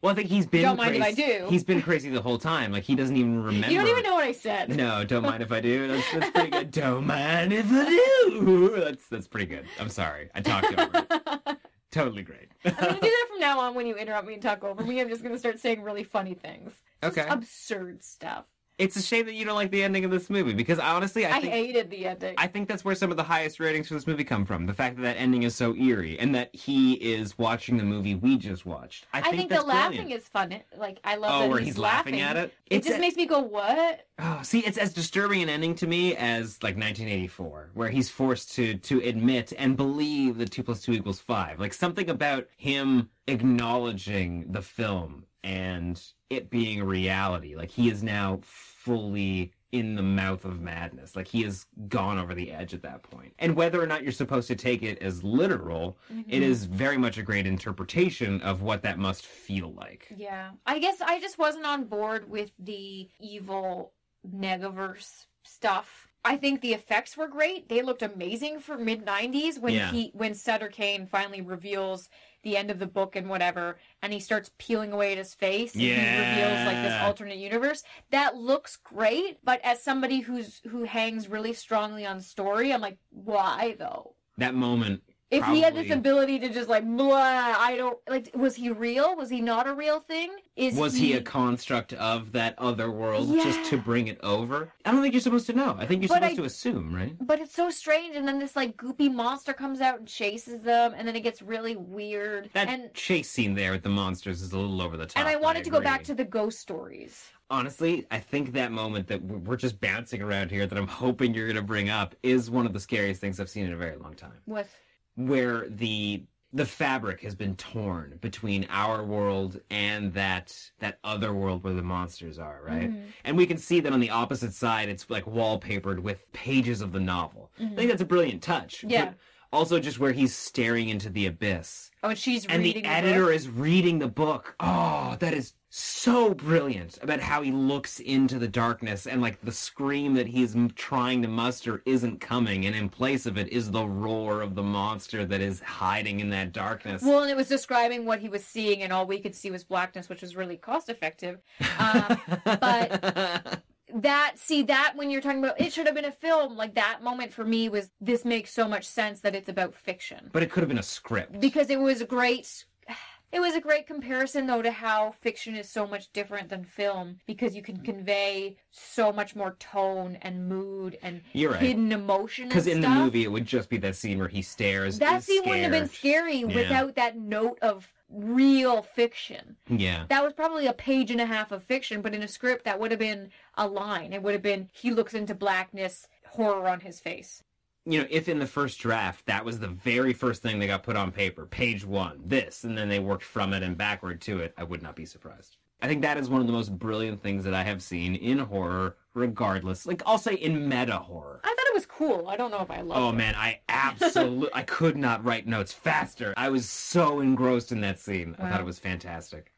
[SPEAKER 4] well i think he's been
[SPEAKER 5] Don't mind if I
[SPEAKER 4] crazy-
[SPEAKER 5] do.
[SPEAKER 4] he's been crazy the whole time like he doesn't even remember
[SPEAKER 5] you don't even know what i said
[SPEAKER 4] no, don't mind if I do. That's, that's pretty good. Don't mind if I do. That's that's pretty good. I'm sorry. I talked over it. Totally great.
[SPEAKER 5] i'm gonna do that from now on when you interrupt me and talk over me i'm just gonna start saying really funny things Just
[SPEAKER 4] Okay.
[SPEAKER 5] absurd stuff
[SPEAKER 4] It's a shame that you don't like the ending of this movie because honestly, I,
[SPEAKER 5] i,
[SPEAKER 4] think
[SPEAKER 5] hated the ending
[SPEAKER 4] I think that's where some of the highest ratings for this movie come from. The fact that that ending is so eerie and that he is watching the movie we just watched. I,
[SPEAKER 5] I think,
[SPEAKER 4] that's
[SPEAKER 5] the laughing
[SPEAKER 4] brilliant.
[SPEAKER 5] is fun. It- Like I love
[SPEAKER 4] Oh,
[SPEAKER 5] that
[SPEAKER 4] where
[SPEAKER 5] he's,
[SPEAKER 4] he's laughing at it?
[SPEAKER 5] It
[SPEAKER 4] It's
[SPEAKER 5] just
[SPEAKER 4] a-
[SPEAKER 5] makes me go, "What?"
[SPEAKER 4] Oh, see, it's as disturbing an ending to me as like 1984, where he's forced to to admit and believe that two plus two equals five. Like something about him acknowledging the film and it being a reality. Like he is now fully in the mouth of madness. Like he has gone over the edge at that point. And whether or not you're supposed to take it as literal, it is very much a great interpretation of what that must feel like.
[SPEAKER 5] Yeah, I guess I just wasn't on board with the evil negaverse stuff. I think the effects were great. They looked amazing for mid '90s when
[SPEAKER 4] Yeah.
[SPEAKER 5] he when Sutter Kane finally reveals the end of the book and whatever, and he starts peeling away at his face. And he reveals like this
[SPEAKER 4] Yeah.
[SPEAKER 5] alternate universe that looks great. But as somebody who's who hangs really strongly on story, I'm like, why though?
[SPEAKER 4] That moment
[SPEAKER 5] If he had this
[SPEAKER 4] Probably.
[SPEAKER 5] ability to just like blah, I don't like. Was he real? Was he not a real thing? Is
[SPEAKER 4] was he a construct of that other world just to
[SPEAKER 5] Yeah.
[SPEAKER 4] bring it over? I don't think you're supposed to know. I think you're
[SPEAKER 5] But
[SPEAKER 4] supposed
[SPEAKER 5] I-
[SPEAKER 4] to assume, right?
[SPEAKER 5] But it's so strange, and then this like goopy monster comes out and chases them, and then it gets really weird.
[SPEAKER 4] That
[SPEAKER 5] and
[SPEAKER 4] chase scene there with the monsters is a little over the top.
[SPEAKER 5] and I
[SPEAKER 4] but
[SPEAKER 5] wanted to go back
[SPEAKER 4] agree.
[SPEAKER 5] to the ghost stories.
[SPEAKER 4] honestly, I think that moment that we're we're just bouncing around here that I'm hoping you're going to bring up is one of the scariest things I've seen in a very long time.
[SPEAKER 5] With
[SPEAKER 4] where the the fabric has been torn between our world and that that other world where the monsters are right and we can see that on the opposite side it's like wallpapered with pages of the novel i think that's a brilliant touch
[SPEAKER 5] Yeah.
[SPEAKER 4] But also just where he's staring into the abyss
[SPEAKER 5] oh, and she's
[SPEAKER 4] and
[SPEAKER 5] reading
[SPEAKER 4] the editor is reading the book oh that is so brilliant about how he looks into the darkness and like the scream that he's m- trying to muster isn't coming and in place of it is the roar of the monster that is hiding in that darkness
[SPEAKER 5] book. Well, and it was describing what he was seeing, and all we could see was blackness, which was really cost effective. Um, but- that see that when you're talking about it should have been a film. Like that moment for me was this makes so much sense that it's about fiction.
[SPEAKER 4] but it could have been a script
[SPEAKER 5] because it was a great it was a great comparison though to how fiction is so much different than film because you can convey so much more tone and mood and
[SPEAKER 4] You're right.
[SPEAKER 5] hidden emotion
[SPEAKER 4] because
[SPEAKER 5] because
[SPEAKER 4] in the movie it would just be that scene where he stares
[SPEAKER 5] that
[SPEAKER 4] is
[SPEAKER 5] scene wouldn't have been
[SPEAKER 4] scared.
[SPEAKER 5] scary
[SPEAKER 4] Yeah.
[SPEAKER 5] without that note of real fiction
[SPEAKER 4] yeah
[SPEAKER 5] that was probably a page and a half of fiction but in a script that would have been a line it would have been he looks into blackness horror on his face
[SPEAKER 4] you know, if in the first draft that was the very first thing that got put on paper, page one, this, and then they worked from it and backward to it, I would not be surprised. I think that is one of the most brilliant things that I have seen in horror, regardless. Like, I'll say in meta horror.
[SPEAKER 5] i thought it was cool i don't know if i love
[SPEAKER 4] Oh man, I absolutely I could not write notes faster. I was so engrossed in that scene. I thought
[SPEAKER 5] Wow.
[SPEAKER 4] it was fantastic.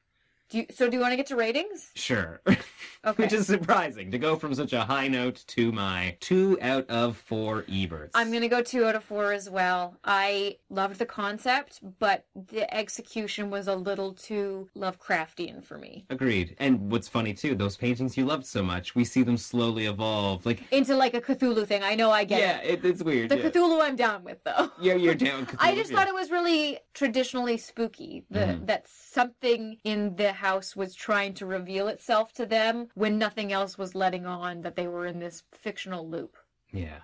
[SPEAKER 5] do you, so do you want to get to ratings
[SPEAKER 4] Sure.
[SPEAKER 5] Okay.
[SPEAKER 4] Which is surprising to go from such a high note to my two out of four Eberts.
[SPEAKER 5] I'm going to go two out of four as well. I loved the concept, but the execution was a little too Lovecraftian for me.
[SPEAKER 4] Agreed. And what's funny too, those paintings you loved so much, we see them slowly evolve. Like,
[SPEAKER 5] Into like a Cthulhu thing. I know I get
[SPEAKER 4] yeah, it,
[SPEAKER 5] it.
[SPEAKER 4] it's weird.
[SPEAKER 5] The
[SPEAKER 4] yeah.
[SPEAKER 5] Cthulhu I'm down with though.
[SPEAKER 4] yeah, you're down. with
[SPEAKER 5] I
[SPEAKER 4] Cthulhu,
[SPEAKER 5] just
[SPEAKER 4] yeah. Mm-hmm.
[SPEAKER 5] thought it was really traditionally spooky. The, That something in the house was trying to reveal itself to them when nothing else was letting on that they were in this fictional loop.
[SPEAKER 4] Yeah.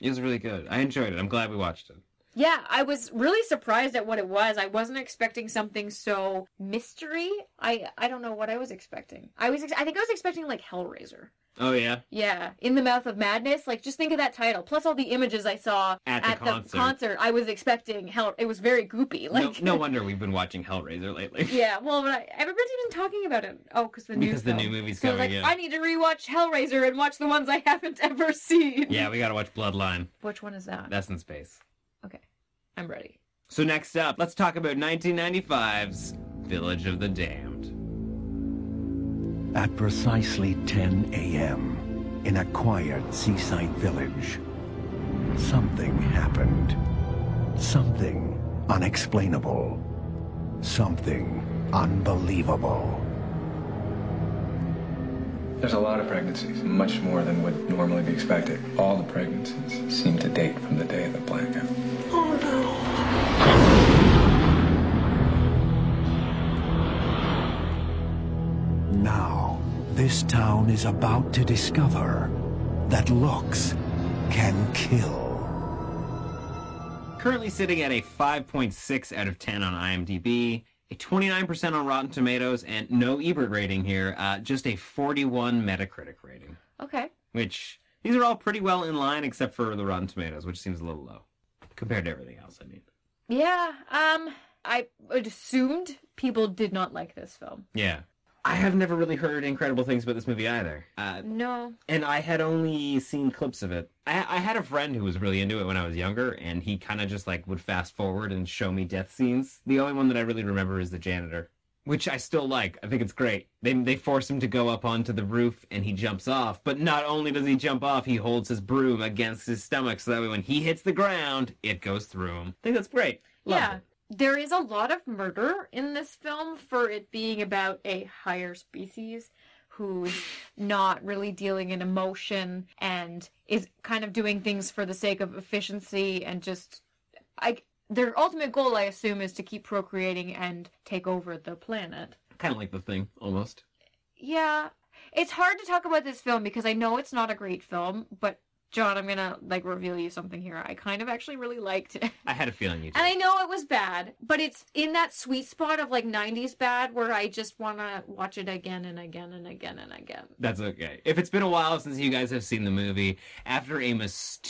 [SPEAKER 4] It was really good. I enjoyed it. I'm glad we watched it.
[SPEAKER 5] Yeah, I was really surprised at what it was. I wasn't expecting something so mystery. I I don't know what I was expecting. I was ex- I think I was expecting like Hellraiser.
[SPEAKER 4] Oh yeah.
[SPEAKER 5] Yeah, in the mouth of madness. Like just think of that title. Plus all the images I saw
[SPEAKER 4] At the concert.
[SPEAKER 5] I was expecting hell. It was very goopy. Like
[SPEAKER 4] no, no wonder we've been watching Hellraiser lately.
[SPEAKER 5] Yeah, well, but I, everybody's been talking about it. Oh, because the news.
[SPEAKER 4] Because the
[SPEAKER 5] though.
[SPEAKER 4] new movie's
[SPEAKER 5] so I was
[SPEAKER 4] coming,
[SPEAKER 5] like,
[SPEAKER 4] yeah.
[SPEAKER 5] I need to rewatch Hellraiser and watch the ones I haven't ever seen.
[SPEAKER 4] Yeah, we gotta watch Bloodline.
[SPEAKER 5] Which one is that?
[SPEAKER 4] That's in space.
[SPEAKER 5] Okay, I'm ready.
[SPEAKER 4] So next up, let's talk about 1995's Village of the Damned.
[SPEAKER 9] At precisely 10 a.m., in a quiet seaside village, something happened. Something unexplainable. Something unbelievable.
[SPEAKER 10] There's a lot of pregnancies, much more than would normally be expected. All the pregnancies seem to date from the day of the blackout.
[SPEAKER 9] Now, this town is about to discover that looks can kill.
[SPEAKER 4] Currently sitting at a 5.6 out of 10 on IMDb, a 29% on Rotten Tomatoes, and no Ebert rating here, uh, just a 41 Metacritic rating.
[SPEAKER 5] Okay.
[SPEAKER 4] Which these are all pretty well in line, except for the Rotten Tomatoes, which seems a little low compared to everything else. I mean,
[SPEAKER 5] Yeah. Um, I assumed people did not like this film.
[SPEAKER 4] yeah. I have never really heard incredible things about this movie either. Uh,
[SPEAKER 5] No.
[SPEAKER 4] and I had only seen clips of it. I, I had a friend who was really into it when I was younger, and he kind of just like would fast forward and show me death scenes. The only one that I really remember is the janitor, which I still like. I think it's great. They they force him to go up onto the roof, and he jumps off. But not only does he jump off, he holds his broom against his stomach so that way when he hits the ground, it goes through him. I think that's great. Love
[SPEAKER 5] yeah.
[SPEAKER 4] it.
[SPEAKER 5] There is a lot of murder in this film for it being about a higher species who's not really dealing in emotion and is kind of doing things for the sake of efficiency and just I their ultimate goal I assume is to keep procreating and take over the planet.
[SPEAKER 4] Kind of like the thing almost.
[SPEAKER 5] Yeah. It's hard to talk about this film because I know it's not a great film, but John, I'm gonna like reveal you something here. I kind of actually really liked it.
[SPEAKER 4] I had a feeling you. Did.
[SPEAKER 5] And I know it was bad, but it's in that sweet spot of like 90s bad where I just want to watch it again and again and again and again.
[SPEAKER 4] That's okay. If it's been a while since you guys have seen the movie, after a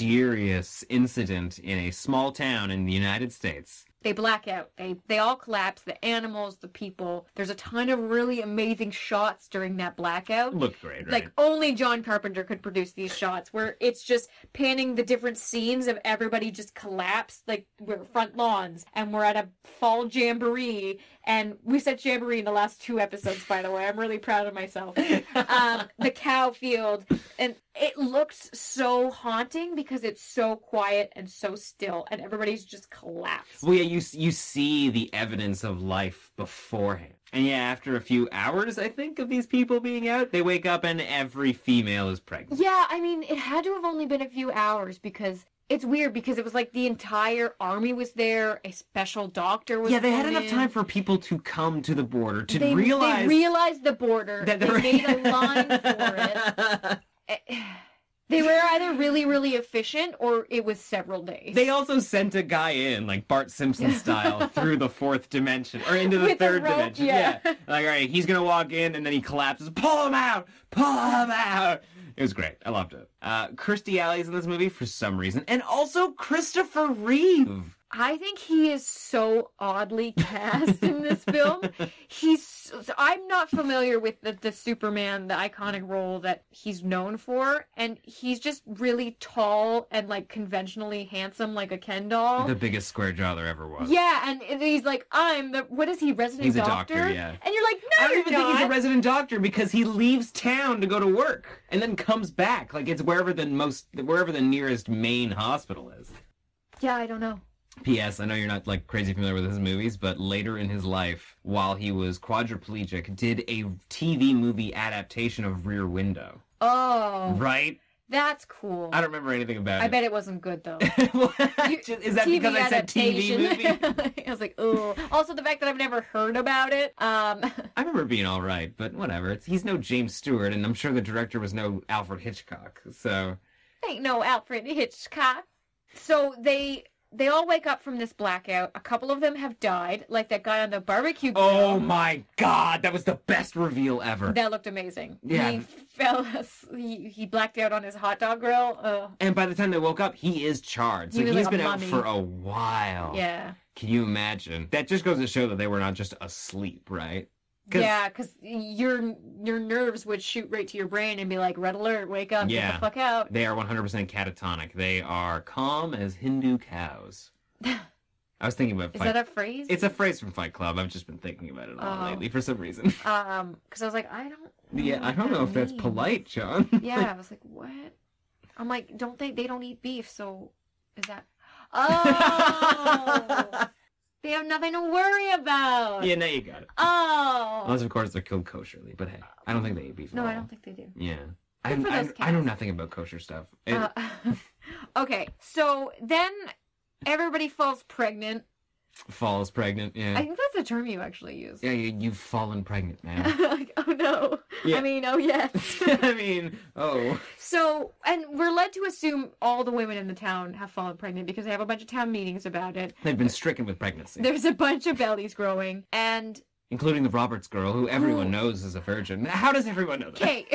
[SPEAKER 4] mysterious incident in a small town in the United States,
[SPEAKER 5] They black out. They they all collapse, the animals, the people. There's a ton of really amazing shots during that blackout.
[SPEAKER 4] looked great, right?
[SPEAKER 5] Like only John Carpenter could produce these shots where it's just panning the different scenes of everybody just collapsed. Like we're front lawns and we're at a fall jamboree. And we said jamboree in the last two episodes, by the way. I'm really proud of myself. Um, the cow field. And it looks so haunting because it's so quiet and so still and everybody's just collapsed.
[SPEAKER 4] well, yeah, you you see the evidence of life beforehand, and yeah, after a few hours, I think of these people being out, they wake up and every female is pregnant.
[SPEAKER 5] Yeah, I mean, it had to have only been a few hours because it's weird because it was like the entire army was there, a special doctor was.
[SPEAKER 4] Yeah, they had
[SPEAKER 5] thrown
[SPEAKER 4] enough
[SPEAKER 5] in.
[SPEAKER 4] time for people to come to the border to
[SPEAKER 5] they
[SPEAKER 4] realize
[SPEAKER 5] they realized the border.
[SPEAKER 4] that
[SPEAKER 5] they
[SPEAKER 4] they're-
[SPEAKER 5] made a line for
[SPEAKER 4] it.
[SPEAKER 5] it. Eh, They were either really, really efficient or it was several days.
[SPEAKER 4] They also sent a guy in, like Bart Simpson style, through the fourth dimension or into the
[SPEAKER 5] With a
[SPEAKER 4] third
[SPEAKER 5] rope,
[SPEAKER 4] dimension.
[SPEAKER 5] yeah.
[SPEAKER 4] Like, all right, he's gonna walk in, and then he collapses. Pull him out! Pull him out! It was great. I loved it. Uh, Kirstie Alley's in this movie for some reason, and also Christopher Reeve.
[SPEAKER 5] I think he is so oddly cast in this film. He's so, so- I'm not familiar with the, the Superman, the iconic role that he's known for, and he's just really tall and like conventionally handsome, like a Ken doll.
[SPEAKER 4] The biggest square jaw there ever was.
[SPEAKER 5] yeah, and, and he's like, I'm the what is he, resident
[SPEAKER 4] He's a
[SPEAKER 5] doctor?
[SPEAKER 4] doctor, yeah.
[SPEAKER 5] And you're like, no,
[SPEAKER 4] I don't
[SPEAKER 5] you're
[SPEAKER 4] even
[SPEAKER 5] not.
[SPEAKER 4] think he's a resident doctor because he leaves town to go to work and then comes back. Like it's wherever the most, wherever the nearest main hospital is.
[SPEAKER 5] yeah, I don't know.
[SPEAKER 4] P.S. I know you're not like crazy familiar with his movies, but later in his life, while he was quadriplegic, did a TV movie adaptation of Rear Window.
[SPEAKER 5] Oh,
[SPEAKER 4] Right?
[SPEAKER 5] That's cool.
[SPEAKER 4] I don't remember anything about
[SPEAKER 5] I
[SPEAKER 4] it.
[SPEAKER 5] bet it wasn't good though.
[SPEAKER 4] Is that because I said TV movie?
[SPEAKER 5] I was like, oh. Also, the fact that I've never heard about it. Um,
[SPEAKER 4] I remember being all right, but whatever. It's, he's no James Stewart, and I'm sure the director was no Alfred Hitchcock. So
[SPEAKER 5] ain't no Alfred Hitchcock. So they they all wake up from this blackout. A couple of them have died, like that guy on the barbecue. Grill.
[SPEAKER 4] Oh my god, that was the best reveal ever.
[SPEAKER 5] That looked amazing.
[SPEAKER 4] Yeah.
[SPEAKER 5] He fell. as- He, he blacked out on his hot dog grill. Uh,
[SPEAKER 4] and by the time they woke up, he is charred. So
[SPEAKER 5] He
[SPEAKER 4] he
[SPEAKER 5] was
[SPEAKER 4] has
[SPEAKER 5] like a
[SPEAKER 4] been out
[SPEAKER 5] mummy.
[SPEAKER 4] for a while.
[SPEAKER 5] Yeah.
[SPEAKER 4] Can you imagine? That just goes to show that they were not just asleep, right?
[SPEAKER 5] Yeah, because your your nerves would shoot right to your brain and be like, "Red alert! Wake up! Get
[SPEAKER 4] Yeah.
[SPEAKER 5] the fuck out!"
[SPEAKER 4] They are 100% catatonic. They are calm as Hindu cows. I was thinking about
[SPEAKER 5] Is
[SPEAKER 4] Fight
[SPEAKER 5] that a phrase?
[SPEAKER 4] It's a phrase from Fight Club. I've just been thinking about it a lot
[SPEAKER 5] Oh.
[SPEAKER 4] lately for some reason.
[SPEAKER 5] Um, because I was like, I don't.
[SPEAKER 4] yeah, I don't know if that's
[SPEAKER 5] means.
[SPEAKER 4] polite, John.
[SPEAKER 5] Yeah, I was like, what? I'm like, don't they? They don't eat beef, so is that? Oh, they have nothing to worry about.
[SPEAKER 4] yeah, now you got it.
[SPEAKER 5] Oh.
[SPEAKER 4] Unless, of course, they're killed kosherly. But hey, I don't think they eat beef. at
[SPEAKER 5] no, I
[SPEAKER 4] all.
[SPEAKER 5] don't think they do.
[SPEAKER 4] Yeah. I,
[SPEAKER 5] for
[SPEAKER 4] I,
[SPEAKER 5] those
[SPEAKER 4] I know nothing about kosher stuff. It-
[SPEAKER 5] Uh, okay, so then everybody falls pregnant.
[SPEAKER 4] falls pregnant. Yeah.
[SPEAKER 5] I think that's a term you actually use.
[SPEAKER 4] yeah, you, you've fallen pregnant, man.
[SPEAKER 5] like, oh no.
[SPEAKER 4] Yeah.
[SPEAKER 5] I mean, oh yes.
[SPEAKER 4] I mean, oh.
[SPEAKER 5] So, and we're led to assume all the women in the town have fallen pregnant because they have a bunch of town meetings about it.
[SPEAKER 4] They've been stricken with pregnancy,
[SPEAKER 5] There's a bunch of bellies growing, and
[SPEAKER 4] including the Roberts girl, who everyone knows is a virgin. How does everyone know that?
[SPEAKER 5] Oh. Okay.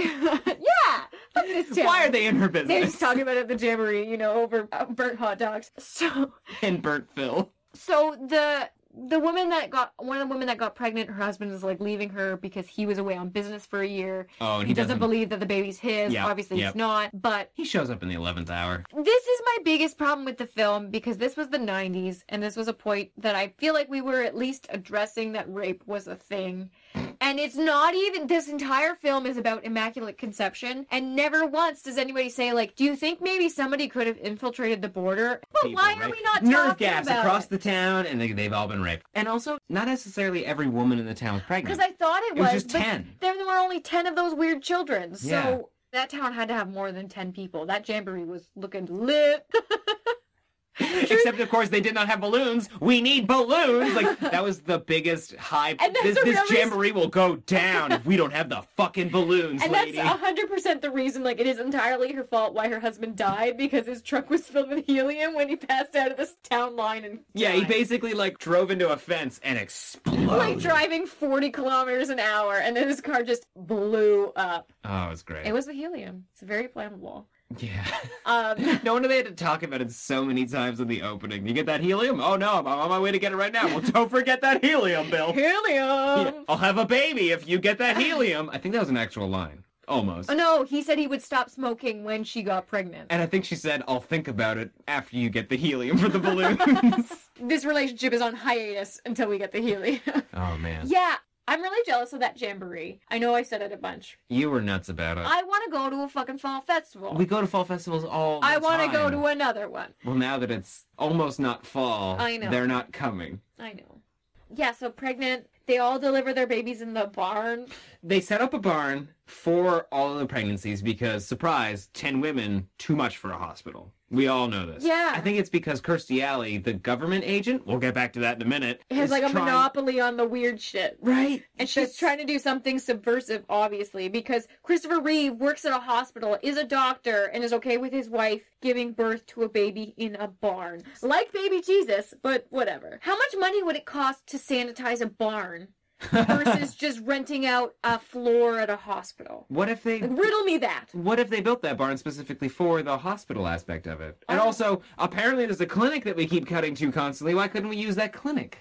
[SPEAKER 5] yeah. Fuck this town.
[SPEAKER 4] Why are they in her
[SPEAKER 5] They're just
[SPEAKER 4] business?
[SPEAKER 5] talking about it at the jamboree, you know, over uh, burnt hot dogs. So,
[SPEAKER 4] and Bert Phil.
[SPEAKER 5] so the the woman that got one of the women that got pregnant, her husband is like leaving her because he was away on business for a year.
[SPEAKER 4] Oh, and he
[SPEAKER 5] doesn't,
[SPEAKER 4] doesn't-
[SPEAKER 5] believe that the baby's his.
[SPEAKER 4] Yep,
[SPEAKER 5] Obviously,
[SPEAKER 4] yep.
[SPEAKER 5] it's not. But
[SPEAKER 4] He shows up in the 11th hour.
[SPEAKER 5] this is my biggest problem with the film because this was the 90s and this was a point that I feel like we were at least addressing that rape was a thing. And it's not even this entire film is about immaculate conception and never once does anybody say like, "Do you think maybe somebody could have infiltrated the border?" But
[SPEAKER 4] people,
[SPEAKER 5] why are
[SPEAKER 4] right?
[SPEAKER 5] we not
[SPEAKER 4] nerve
[SPEAKER 5] talking
[SPEAKER 4] gaps
[SPEAKER 5] about
[SPEAKER 4] across
[SPEAKER 5] it?
[SPEAKER 4] the town, and they, they've all been raped. And also, not necessarily every woman in the town was pregnant.
[SPEAKER 5] Because I thought it,
[SPEAKER 4] It was just
[SPEAKER 5] but
[SPEAKER 4] 10.
[SPEAKER 5] There were only 10 of those weird children. So
[SPEAKER 4] Yeah.
[SPEAKER 5] that town had to have more than 10 people. That jamboree was looking lit.
[SPEAKER 4] Except, of course, they did not have balloons. We need balloons. Like that was the biggest hype.
[SPEAKER 5] And that's
[SPEAKER 4] this
[SPEAKER 5] the
[SPEAKER 4] this
[SPEAKER 5] real reason-
[SPEAKER 4] jamboree will go down if we don't have the fucking balloons,
[SPEAKER 5] And
[SPEAKER 4] lady.
[SPEAKER 5] that's hundred percent the reason. Like, it is entirely her fault why her husband died because his truck was filled with helium when he passed out of this town line and
[SPEAKER 4] yeah, he basically like drove into a fence and exploded.
[SPEAKER 5] like driving forty kilometers an hour, and then his car just blew up.
[SPEAKER 4] oh, it's great.
[SPEAKER 5] It was the helium. It's very flammable.
[SPEAKER 4] yeah.
[SPEAKER 5] Um,
[SPEAKER 4] No wonder they had to talk about it so many times in the opening. You get that helium? Oh no, I'm on my way to get it right now. Well, don't forget that helium, Bill.
[SPEAKER 5] helium.
[SPEAKER 4] Yeah, I'll have a baby if you get that helium. I think that was an actual line. Almost.
[SPEAKER 5] Oh no, he said he would stop smoking when she got pregnant.
[SPEAKER 4] And I think she said, I'll think about it after you get the helium for the balloons.
[SPEAKER 5] This relationship is on hiatus until we get the helium.
[SPEAKER 4] oh, man.
[SPEAKER 5] yeah. I'm really jealous of that jamboree. I know I said it a bunch.
[SPEAKER 4] You were nuts about it.
[SPEAKER 5] I want to go to a fucking fall festival.
[SPEAKER 4] we go to fall festivals all the
[SPEAKER 5] I want to go
[SPEAKER 4] time.
[SPEAKER 5] to another one.
[SPEAKER 4] Well, now that it's almost not fall,
[SPEAKER 5] I know.
[SPEAKER 4] they're not coming.
[SPEAKER 5] I know. Yeah, so pregnant, they all deliver their babies in the barn.
[SPEAKER 4] They set up a barn for all of the pregnancies because, surprise, 10 women, too much for a hospital. We all know this.
[SPEAKER 5] Yeah.
[SPEAKER 4] I think it's because Kirstie Alley, the government agent, we'll get back to that in a minute.
[SPEAKER 5] It has
[SPEAKER 4] is
[SPEAKER 5] like a
[SPEAKER 4] trying-
[SPEAKER 5] monopoly on the weird shit.
[SPEAKER 4] Right.
[SPEAKER 5] And she's trying to do something subversive, obviously, because Christopher Reeve works at a hospital, is a doctor, and is okay with his wife giving birth to a baby in a barn. Like baby Jesus, but whatever. How much money would it cost to sanitize a barn versus just renting out a floor at a hospital?
[SPEAKER 4] What if they
[SPEAKER 5] Riddle me that.
[SPEAKER 4] What if they built that barn specifically for the hospital aspect of it? And also, apparently there's a clinic that we keep cutting to constantly. Why couldn't we use that clinic?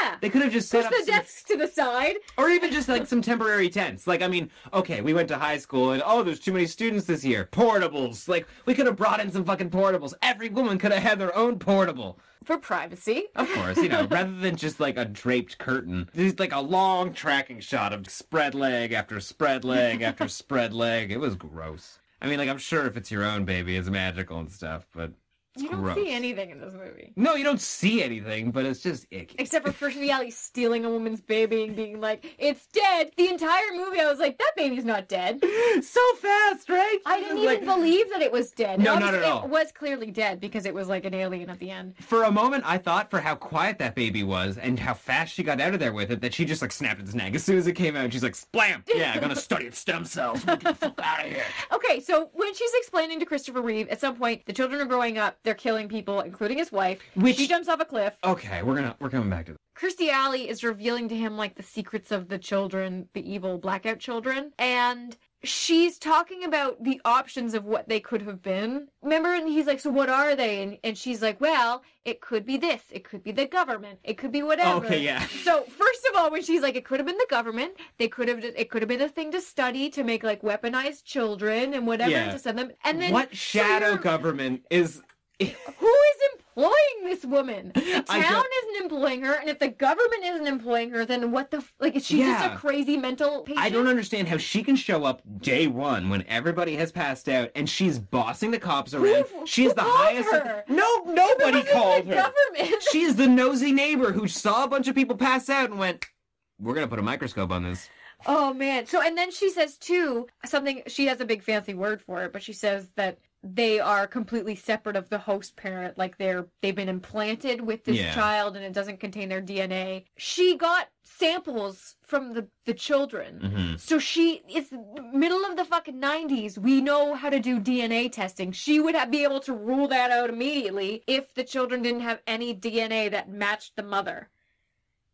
[SPEAKER 5] Yeah.
[SPEAKER 4] They could have just set
[SPEAKER 5] Push
[SPEAKER 4] up
[SPEAKER 5] the
[SPEAKER 4] some-
[SPEAKER 5] desks to the side.
[SPEAKER 4] or even just like some temporary tents. Like I mean, okay, we went to high school and oh, there's too many students this year. Portables. Like we could have brought in some fucking portables. Every woman could have had their own portable.
[SPEAKER 5] For privacy.
[SPEAKER 4] Of course, you know, rather than just like a draped curtain, there's like a long tracking shot of spread leg after spread leg after spread leg. It was gross. I mean, like, I'm sure if it's your own baby, it's magical and stuff, but
[SPEAKER 5] you don't
[SPEAKER 4] gross.
[SPEAKER 5] see anything in this movie.
[SPEAKER 4] No, you don't see anything, but it's just icky.
[SPEAKER 5] Except for First Reality stealing a woman's baby and being like, it's dead. The entire movie, I was like, that baby's not dead.
[SPEAKER 4] So fast, right?
[SPEAKER 5] I didn't
[SPEAKER 4] Just like-
[SPEAKER 5] even believe that it was dead.
[SPEAKER 4] No,
[SPEAKER 5] And
[SPEAKER 4] not at
[SPEAKER 5] obviously,
[SPEAKER 4] all.
[SPEAKER 5] It was clearly dead because it was like an alien at the end.
[SPEAKER 4] For a moment, I thought for how quiet that baby was and how fast she got out of there with it that she just like snapped its neck as soon as it came out. She's like, "Splam! Yeah, I'm gonna study its stem cells. Get the fuck out of here."
[SPEAKER 5] Okay, so when she's explaining to Christopher Reeve, at some point, the children are growing up, they're killing people, including his wife.
[SPEAKER 4] Which-
[SPEAKER 5] She jumps off a cliff.
[SPEAKER 4] Okay, we're gonna we're coming back to that.
[SPEAKER 5] Kirstie Alley is revealing to him like the secrets of the children, the evil blackout children, and she's talking about the options of what they could have been. Remember, and he's like, "So what are they?" And, and she's like, "Well, it could be this, it could be the government, it could be whatever."
[SPEAKER 4] Okay, yeah.
[SPEAKER 5] So first of all, when she's like, "It could have been the government," they could have, it could have been a thing to study to make like weaponized children and whatever
[SPEAKER 4] Yeah.
[SPEAKER 5] to send them. And then
[SPEAKER 4] what
[SPEAKER 5] so
[SPEAKER 4] shadow
[SPEAKER 5] you're-
[SPEAKER 4] government is?
[SPEAKER 5] who is employing this woman? The
[SPEAKER 4] I
[SPEAKER 5] town
[SPEAKER 4] don't-
[SPEAKER 5] isn't employing her, and if the government isn't employing her, then what the f- like? Is she just
[SPEAKER 4] Yeah.
[SPEAKER 5] a crazy mental patient?
[SPEAKER 4] I don't understand how she can show up day one when everybody has passed out and she's bossing the cops around. She's
[SPEAKER 5] who
[SPEAKER 4] the
[SPEAKER 5] called
[SPEAKER 4] highest.
[SPEAKER 5] her?
[SPEAKER 4] No, nobody
[SPEAKER 5] Because it's
[SPEAKER 4] called
[SPEAKER 5] the
[SPEAKER 4] her.
[SPEAKER 5] government.
[SPEAKER 4] She is the nosy neighbor who saw a bunch of people pass out and went, "We're gonna put a microscope on this."
[SPEAKER 5] Oh man! So and then she says too something. She has a big fancy word for it, but she says that they are completely separate of the host parent. Like they're they've been implanted with this
[SPEAKER 4] Yeah.
[SPEAKER 5] child, and it doesn't contain their DNA. She got samples from the the children.
[SPEAKER 4] Mhm.
[SPEAKER 5] So she it's middle of the fucking nineties. We know how to do DNA testing. She would have, be able to rule that out immediately if the children didn't have any DNA that matched the mother.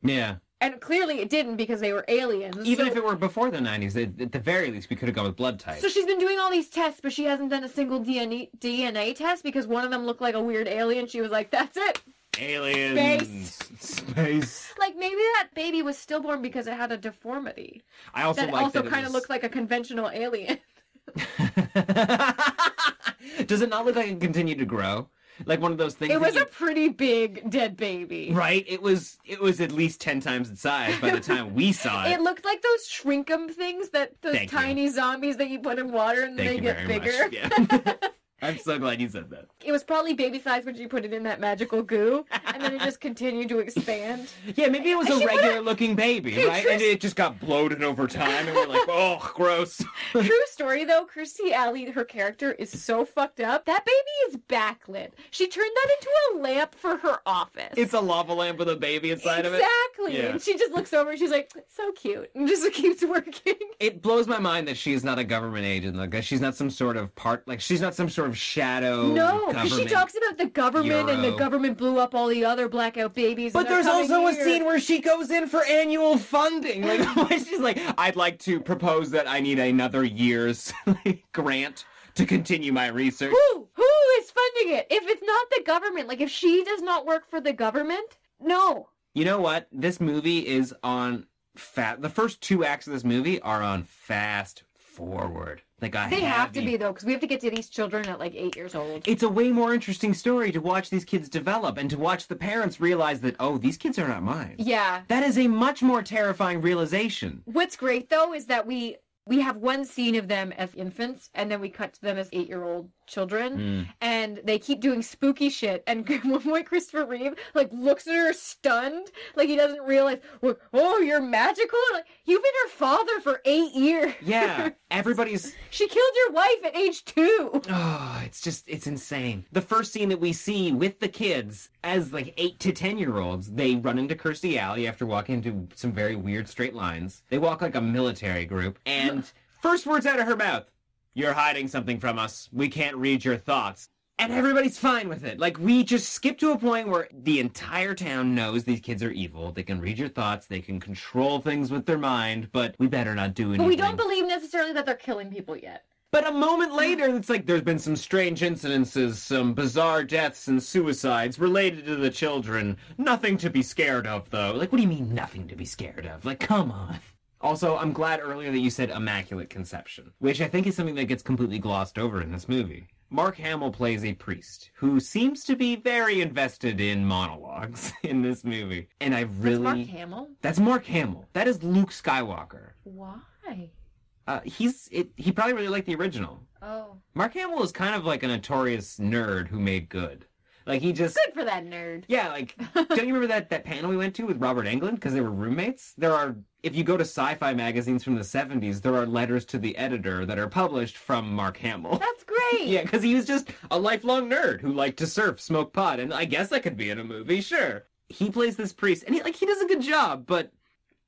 [SPEAKER 4] Yeah.
[SPEAKER 5] And clearly it didn't because they were aliens.
[SPEAKER 4] Even
[SPEAKER 5] So-
[SPEAKER 4] if it were before the 90s, at at the very least, we could have gone with blood type.
[SPEAKER 5] So she's been doing all these tests, but she hasn't done a single DNA DNA test because one of them looked like a weird alien. She was like, "That's it."
[SPEAKER 4] Aliens. Space.
[SPEAKER 5] Like maybe that baby was stillborn because it had a deformity
[SPEAKER 4] I also
[SPEAKER 5] that
[SPEAKER 4] like
[SPEAKER 5] also
[SPEAKER 4] that it
[SPEAKER 5] kind of
[SPEAKER 4] was-
[SPEAKER 5] looked like a conventional alien.
[SPEAKER 4] Does it not look like it continued to grow? Like one of those things.
[SPEAKER 5] It
[SPEAKER 4] that
[SPEAKER 5] was
[SPEAKER 4] you-
[SPEAKER 5] a pretty big dead baby.
[SPEAKER 4] Right? It was it was at least 10 times its size by the time we saw it.
[SPEAKER 5] It looked like those shrinkum things that those
[SPEAKER 4] Thank you.
[SPEAKER 5] tiny zombies that you put in water and
[SPEAKER 4] Thank
[SPEAKER 5] they
[SPEAKER 4] you
[SPEAKER 5] get
[SPEAKER 4] very
[SPEAKER 5] bigger.
[SPEAKER 4] much. Yeah. I'm so glad you said that.
[SPEAKER 5] It was probably baby size when she put it in that magical goo, and then it just continued to expand.
[SPEAKER 4] Yeah, maybe it was
[SPEAKER 5] She
[SPEAKER 4] a
[SPEAKER 5] put a-
[SPEAKER 4] regular looking baby,
[SPEAKER 5] Hey,
[SPEAKER 4] right? And
[SPEAKER 5] Tris-
[SPEAKER 4] it just got bloated over time, and we're like, oh, gross.
[SPEAKER 5] True story though, Kirstie Alley, her character is so fucked up. That baby is backlit. She turned that into a lamp for her office.
[SPEAKER 4] It's a lava lamp with a baby inside of it.
[SPEAKER 5] exactly.
[SPEAKER 4] Yeah.
[SPEAKER 5] And she just looks over and she's like, so cute. And just keeps working.
[SPEAKER 4] it blows my mind that she's not a government agent. Like she's not some sort of part. Like she's not some sort of shadow.
[SPEAKER 5] no, because she
[SPEAKER 4] government.
[SPEAKER 5] talks about the government and the
[SPEAKER 4] Euro.
[SPEAKER 5] government blew up all the other blackout babies.
[SPEAKER 4] But there's also a scene where she goes in for annual funding. Like why she's like, I'd like to propose that I need another year's like, grant to continue my research.
[SPEAKER 5] who who is funding it? If it's not the government, like if she does not work for the government, no.
[SPEAKER 4] You know what? This movie is on fat. The first two acts of this movie are on fast forward. Like I
[SPEAKER 5] They have to be though, because we have to get to these children at like eight years old.
[SPEAKER 4] it's a way more interesting story to watch these kids develop and to watch the parents realize that oh these kids are not mine
[SPEAKER 5] Yeah.
[SPEAKER 4] that is a much more terrifying realization
[SPEAKER 5] What's great though is that we we have one scene of them as infants and then we cut to them as eight year old children and they keep doing spooky shit and one point Christopher Reeve like looks at her stunned like he doesn't realize "Wha- oh you're magical like you've been her father for eight years
[SPEAKER 4] yeah everybody's
[SPEAKER 5] she killed your wife at age two
[SPEAKER 4] oh it's just it's insane the first scene that we see with the kids as like eight to ten year olds they run into kirstie alley after walking into some very weird straight lines they walk like a military group and first words out of her mouth you're hiding something from us we can't read your thoughts and everybody's fine with it. Like we just skip to a point where the entire town knows these kids are evil. They can read your thoughts. They can control things with their mind. But we better not do anything.
[SPEAKER 5] but we don't believe necessarily that they're killing people yet
[SPEAKER 4] But a moment later, it's like there's been some strange incidences, some bizarre deaths and suicides related to the children. Nothing to be scared of, though. Like, what do you mean, nothing to be scared of? Like, come on. Also, I'm glad earlier that you said immaculate conception, which I think is something that gets completely glossed over in this movie. Mark Hamill plays a priest who seems to be very invested in monologues in this movie. And I really.
[SPEAKER 5] It's Mark Hamill
[SPEAKER 4] That's Mark Hamill. That is Luke Skywalker.
[SPEAKER 5] why
[SPEAKER 4] Uh, he's it, he probably really liked the original.
[SPEAKER 5] oh
[SPEAKER 4] Mark Hamill is kind of like a notorious nerd who made good. Like he just
[SPEAKER 5] Good for that nerd.
[SPEAKER 4] yeah, like don't you remember that that panel we went to with Robert Englund because they were roommates? There are if you go to sci-fi magazines from the 70s, there are letters to the editor that are published from Mark Hamill.
[SPEAKER 5] That's great.
[SPEAKER 4] yeah, cuz he was just a lifelong nerd who liked to surf, smoke pot, and I guess that could be in a movie, sure. He plays this priest and he like he does a good job, but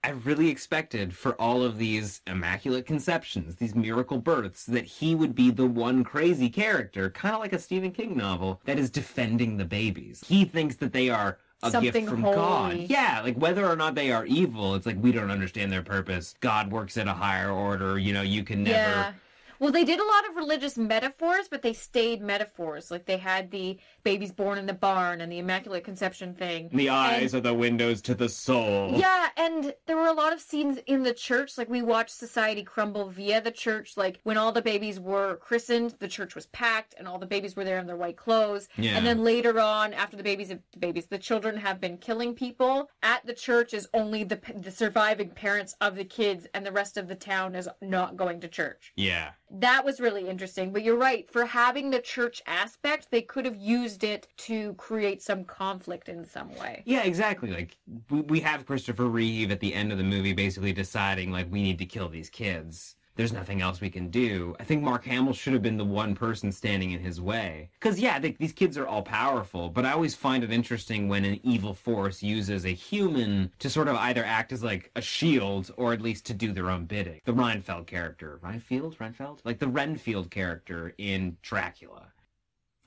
[SPEAKER 4] I really expected for all of these immaculate conceptions, these miracle births, that he would be the one crazy character, kind of like a Stephen King novel, that is defending the babies. He thinks that they are a
[SPEAKER 5] Something
[SPEAKER 4] gift from
[SPEAKER 5] holy.
[SPEAKER 4] God. Yeah, like whether or not they are evil, it's like we don't understand their purpose. God works at a higher order. You know, you can never.
[SPEAKER 5] Yeah. Well, they did a lot of religious metaphors, but they stayed metaphors. Like they had the babies born in the barn and the Immaculate Conception thing.
[SPEAKER 4] The eyes
[SPEAKER 5] And-
[SPEAKER 4] are the windows to the soul.
[SPEAKER 5] Yeah, and there were a lot of scenes in the church. Like we watched society crumble via the church. Like when all the babies were christened, the church was packed, and all the babies were there in their white clothes.
[SPEAKER 4] Yeah.
[SPEAKER 5] And then later on, after the babies, the babies, the children have been killing people at the church. Is only the p- the surviving parents of the kids, and the rest of the town is not going to church.
[SPEAKER 4] Yeah.
[SPEAKER 5] That was really interesting, but you're right. For having the church aspect, they could have used it to create some conflict in some way.
[SPEAKER 4] Yeah, exactly. Like we, we have Christopher Reeve at the end of the movie basically deciding like we need to kill these kids. There's nothing else we can do. I think Mark Hamill should have been the one person standing in his way. Cuz yeah, they, these kids are all powerful, but I always find it interesting when an evil force uses a human to sort of either act as like a shield or at least to do their own bidding. The Reinfeld character, Reinfeld, Reinfeld, like the Renfield character in Dracula.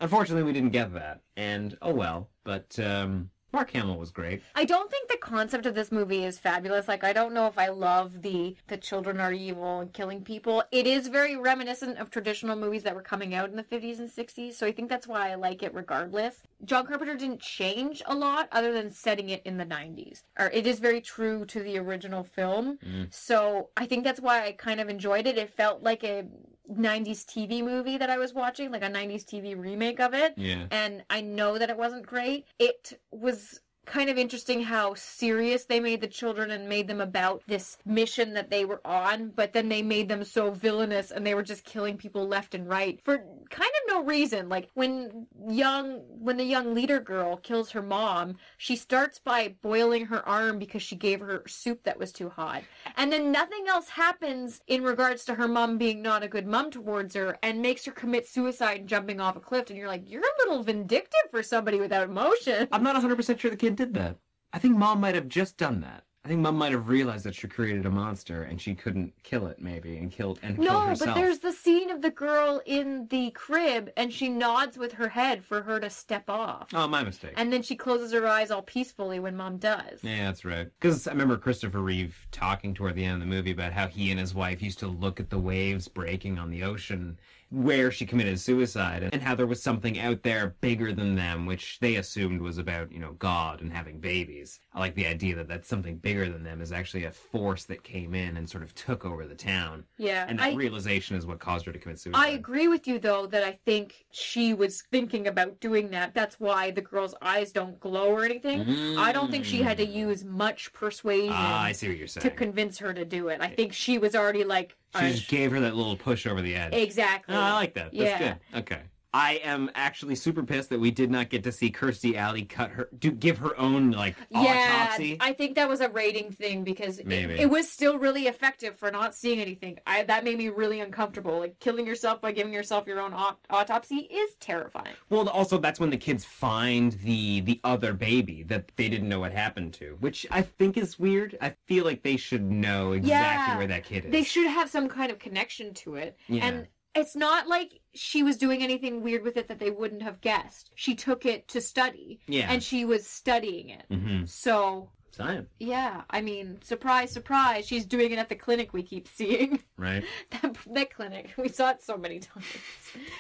[SPEAKER 4] Unfortunately, we didn't get that, and oh well. But um, Mark Hamill was great.
[SPEAKER 5] I don't think the concept of this movie is fabulous. Like I don't know if I love the the children are evil and killing people. It is very reminiscent of traditional movies that were coming out in the 50s and 60s, so I think that's why I like it regardless. John Carpenter didn't change a lot other than setting it in the 90s. Or it is very true to the original film. So I think that's why I kind of enjoyed it. It felt like a 90s TV movie that I was watching, like a 90s TV remake of it
[SPEAKER 4] Yeah.
[SPEAKER 5] and I know that it wasn't great. It was kind of interesting how serious they made the children and made them about this mission that they were on, but then they made them so villainous and they were just killing people left and right for kind of no reason. Like when young when the young leader girl kills her mom, she starts by boiling her arm because she gave her soup that was too hot. And then nothing else happens in regards to her mom being not a good mom towards her and makes her commit suicide and jumping off a cliff. And you're like, you're a little vindictive for somebody without emotion.
[SPEAKER 4] I'm not 100% sure the kid did that. I think mom might have just done that. I think mom might have realized that she created a monster and she couldn't kill it, maybe, and killed and killed
[SPEAKER 5] No,
[SPEAKER 4] herself.
[SPEAKER 5] but there's the scene of the girl in the crib and she nods with her head for her to step off.
[SPEAKER 4] Oh, my mistake.
[SPEAKER 5] And then she closes her eyes all peacefully when mom does.
[SPEAKER 4] Yeah, that's right. Because I remember Christopher Reeve talking toward the end of the movie about how he and his wife used to look at the waves breaking on the ocean where she committed suicide and how there was something out there bigger than them, which they assumed was about, you know, God and having babies. I like the idea that that something bigger than them is actually a force that came in and sort of took over the town.
[SPEAKER 5] Yeah,
[SPEAKER 4] And that
[SPEAKER 5] I-
[SPEAKER 4] realization is what caused her to commit suicide.
[SPEAKER 5] I agree with you though that I think she was thinking about doing that. That's why the girl's eyes don't glow or anything. I don't think she had to use much persuasion
[SPEAKER 4] Mm. Ah, I see what you're
[SPEAKER 5] to
[SPEAKER 4] saying.
[SPEAKER 5] convince her to do it. I think she was already like
[SPEAKER 4] she
[SPEAKER 5] uh,
[SPEAKER 4] just gave her that little push over the edge.
[SPEAKER 5] exactly.
[SPEAKER 4] Oh, I like that. That's
[SPEAKER 5] Yeah.
[SPEAKER 4] good. Okay. I am actually super pissed that we did not get to see Kirstie Alley cut her, do give her own like
[SPEAKER 5] yeah,
[SPEAKER 4] autopsy.
[SPEAKER 5] I think that was a rating thing because it-
[SPEAKER 4] Maybe.
[SPEAKER 5] It, was still really effective for not seeing anything. I that made me really uncomfortable. Like killing yourself by giving yourself your own au- autopsy is terrifying.
[SPEAKER 4] Well, also that's when the kids find the the other baby that they didn't know what happened to, which I think is weird. I feel like they should know exactly
[SPEAKER 5] Yeah.
[SPEAKER 4] where that kid is.
[SPEAKER 5] They should have some kind of connection to it.
[SPEAKER 4] Yeah.
[SPEAKER 5] And it's not like she was doing anything weird with it that they wouldn't have guessed. She took it to study.
[SPEAKER 4] Yeah.
[SPEAKER 5] And she was studying it.
[SPEAKER 4] Mhm.
[SPEAKER 5] So,
[SPEAKER 4] Science,
[SPEAKER 5] yeah, I mean, surprise, surprise, she's doing it at the clinic we keep seeing.
[SPEAKER 4] right?
[SPEAKER 5] that, that clinic. We saw it so many times.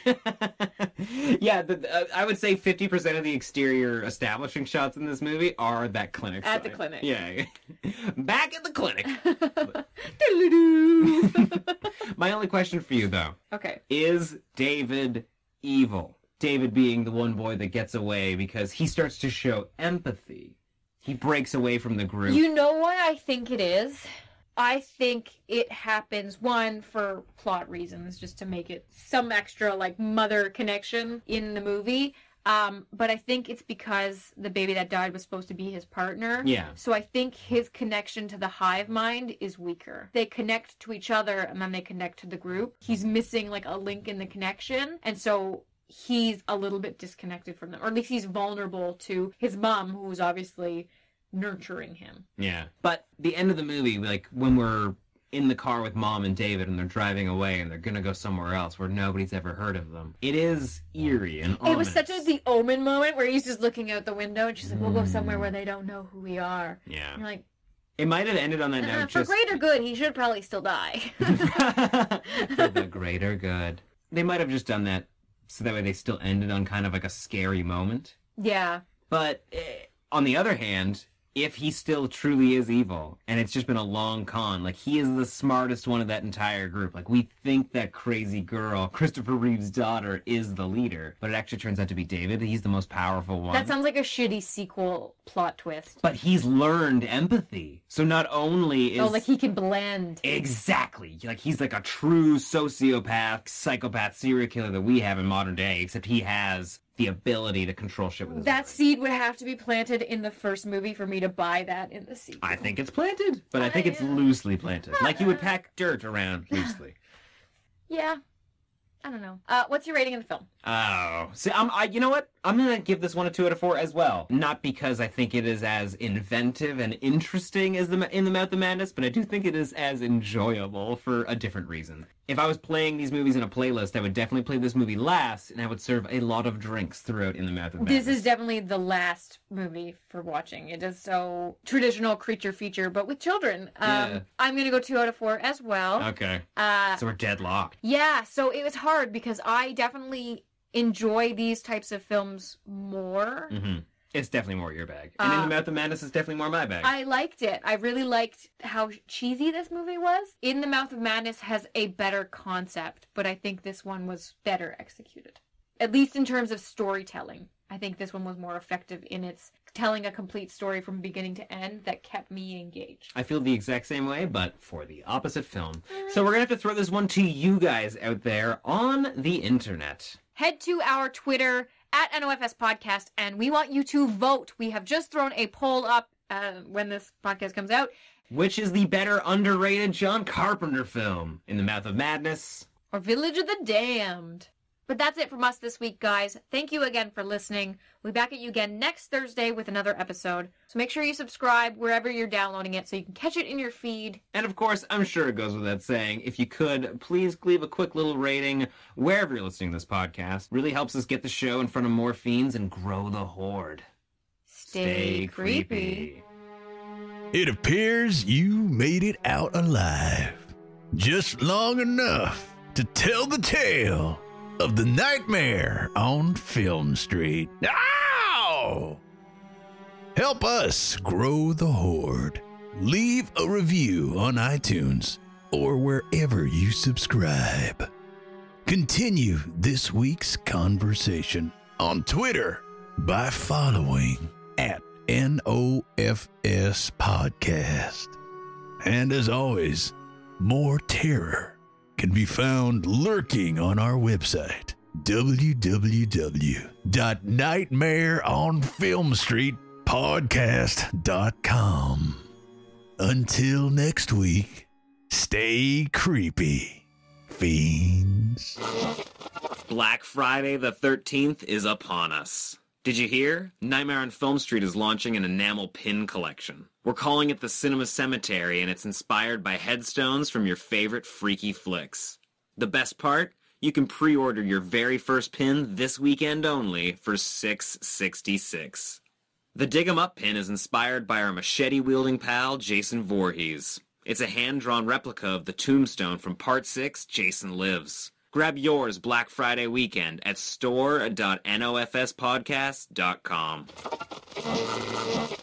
[SPEAKER 4] yeah, the, uh, I would say fifty percent of the exterior establishing shots in this movie are that clinic.
[SPEAKER 5] At the
[SPEAKER 4] sign.
[SPEAKER 5] clinic.
[SPEAKER 4] Yeah, back at the clinic. My only question for you though
[SPEAKER 5] okay.
[SPEAKER 4] is David evil? David being the one boy that gets away because he starts to show empathy. He breaks away from the group.
[SPEAKER 5] You know why I think it is? I think it happens one for plot reasons, just to make it some extra like mother connection in the movie. Um, but I think it's because the baby that died was supposed to be his partner.
[SPEAKER 4] Yeah.
[SPEAKER 5] So I think his connection to the hive mind is weaker. They connect to each other and then they connect to the group. He's missing like a link in the connection. And so he's a little bit disconnected from them, or at least he's vulnerable to his mom, who was obviously nurturing him.
[SPEAKER 4] Yeah. But the end of the movie, like when we're in the car with mom and David and they're driving away and they're gonna go somewhere else where nobody's ever heard of them, it is eerie and
[SPEAKER 5] It was such a the omen moment where he's just looking out the window and she's like, We'll go somewhere where they don't know who we are.
[SPEAKER 4] Yeah.
[SPEAKER 5] And you're like,
[SPEAKER 4] It might have ended on that
[SPEAKER 5] "Uh,
[SPEAKER 4] note
[SPEAKER 5] for
[SPEAKER 4] just
[SPEAKER 5] greater good, he should probably still die.
[SPEAKER 4] for the greater good. They might have just done that so that way they still ended on kind of like a scary moment.
[SPEAKER 5] yeah.
[SPEAKER 4] But eh, on the other hand, if he still truly is evil and it's just been a long con, like he is the smartest one of that entire group. Like we think that crazy girl, Christopher Reeve's daughter, is the leader, but it actually turns out to be David. He's the most powerful one.
[SPEAKER 5] That sounds like a shitty sequel plot twist.
[SPEAKER 4] but he's learned empathy. So not only is
[SPEAKER 5] Oh, like he can blend.
[SPEAKER 4] Exactly. Like he's like a true sociopath, psychopath, serial killer that we have in modern day, except he has the ability to control shit with his
[SPEAKER 5] That seed would have to be planted in the first movie for me to buy that in the sequel.
[SPEAKER 4] I think it's planted, but I think it's loosely planted. Like you would pack dirt around loosely.
[SPEAKER 5] Yeah. I don't know. Uh, what's your rating of the film?
[SPEAKER 4] Oh, see, I'm, I, you know what? I'm gonna give this one a two out of four as well. Not because I think it is as inventive and interesting as the Ma- in the Mouth of Madness, but I do think it is as enjoyable for a different reason. If I was playing these movies in a playlist, I would definitely play this movie last, and I would serve a lot of drinks throughout in the Mouth of Madness.
[SPEAKER 5] This is definitely the last movie for watching. It is so traditional creature feature, but with children. Um,
[SPEAKER 4] Yeah.
[SPEAKER 5] I'm going to go two out of four as well.
[SPEAKER 4] okay.
[SPEAKER 5] Uh,
[SPEAKER 4] so we're deadlocked.
[SPEAKER 5] yeah, so it was hard because I definitely enjoy these types of films more.
[SPEAKER 4] hmm It's definitely more your bag, and in
[SPEAKER 5] Uh,
[SPEAKER 4] the Mouth of Madness is definitely more my bag.
[SPEAKER 5] I liked it. I really liked how cheesy this movie was. In the Mouth of Madness has a better concept, but I think this one was better executed. At least in terms of storytelling. I think this one was more effective in its telling a complete story from beginning to end that kept me engaged.
[SPEAKER 4] I feel the exact same way, but for the opposite film. So we're gonna have to throw this one to you guys out there on the internet.
[SPEAKER 5] Head to our Twitter at NOFS Podcast and we want you to vote. We have just thrown a poll up uh, when this podcast comes out.
[SPEAKER 4] Which is the better underrated John Carpenter film? In the Mouth of Madness?
[SPEAKER 5] or Village of the Damned. But that's it from us this week, guys. Thank you again for listening. We'll be back at you again next Thursday with another episode. So make sure you subscribe wherever you're downloading it so you can catch it in your feed.
[SPEAKER 4] And of course, I'm sure it goes without saying, if you could, please leave a quick little rating wherever you're listening to this podcast. Really helps us get the show in front of more fiends and grow the horde.
[SPEAKER 5] Stay, creepy.
[SPEAKER 1] It appears you made it out alive. Just long enough to tell the tale of the nightmare on Film Street. Ow! Help us grow the horde. Leave a review on iTunes or wherever you subscribe. Continue this week's conversation on Twitter by following at NOFS Podcast. And as always, more terror can be found lurking on our website www.nightmareonfilmstreetpodcast.com. Until next week, stay creepy, fiends.
[SPEAKER 11] Black Friday the 13th is upon us. Did you hear? Nightmare on Film Street is launching an enamel pin collection. We're calling it the Cinema Cemetery, and it's inspired by headstones from your favorite freaky flicks. The best part? You can pre-order your very first pin this weekend only for 666. The Dig 'em Up pin is inspired by our machete wielding pal, Jason Voorhees. It's a hand drawn replica of the tombstone from Part 6 Jason Lives. Grab yours Black Friday weekend at store.nofspodcast.com.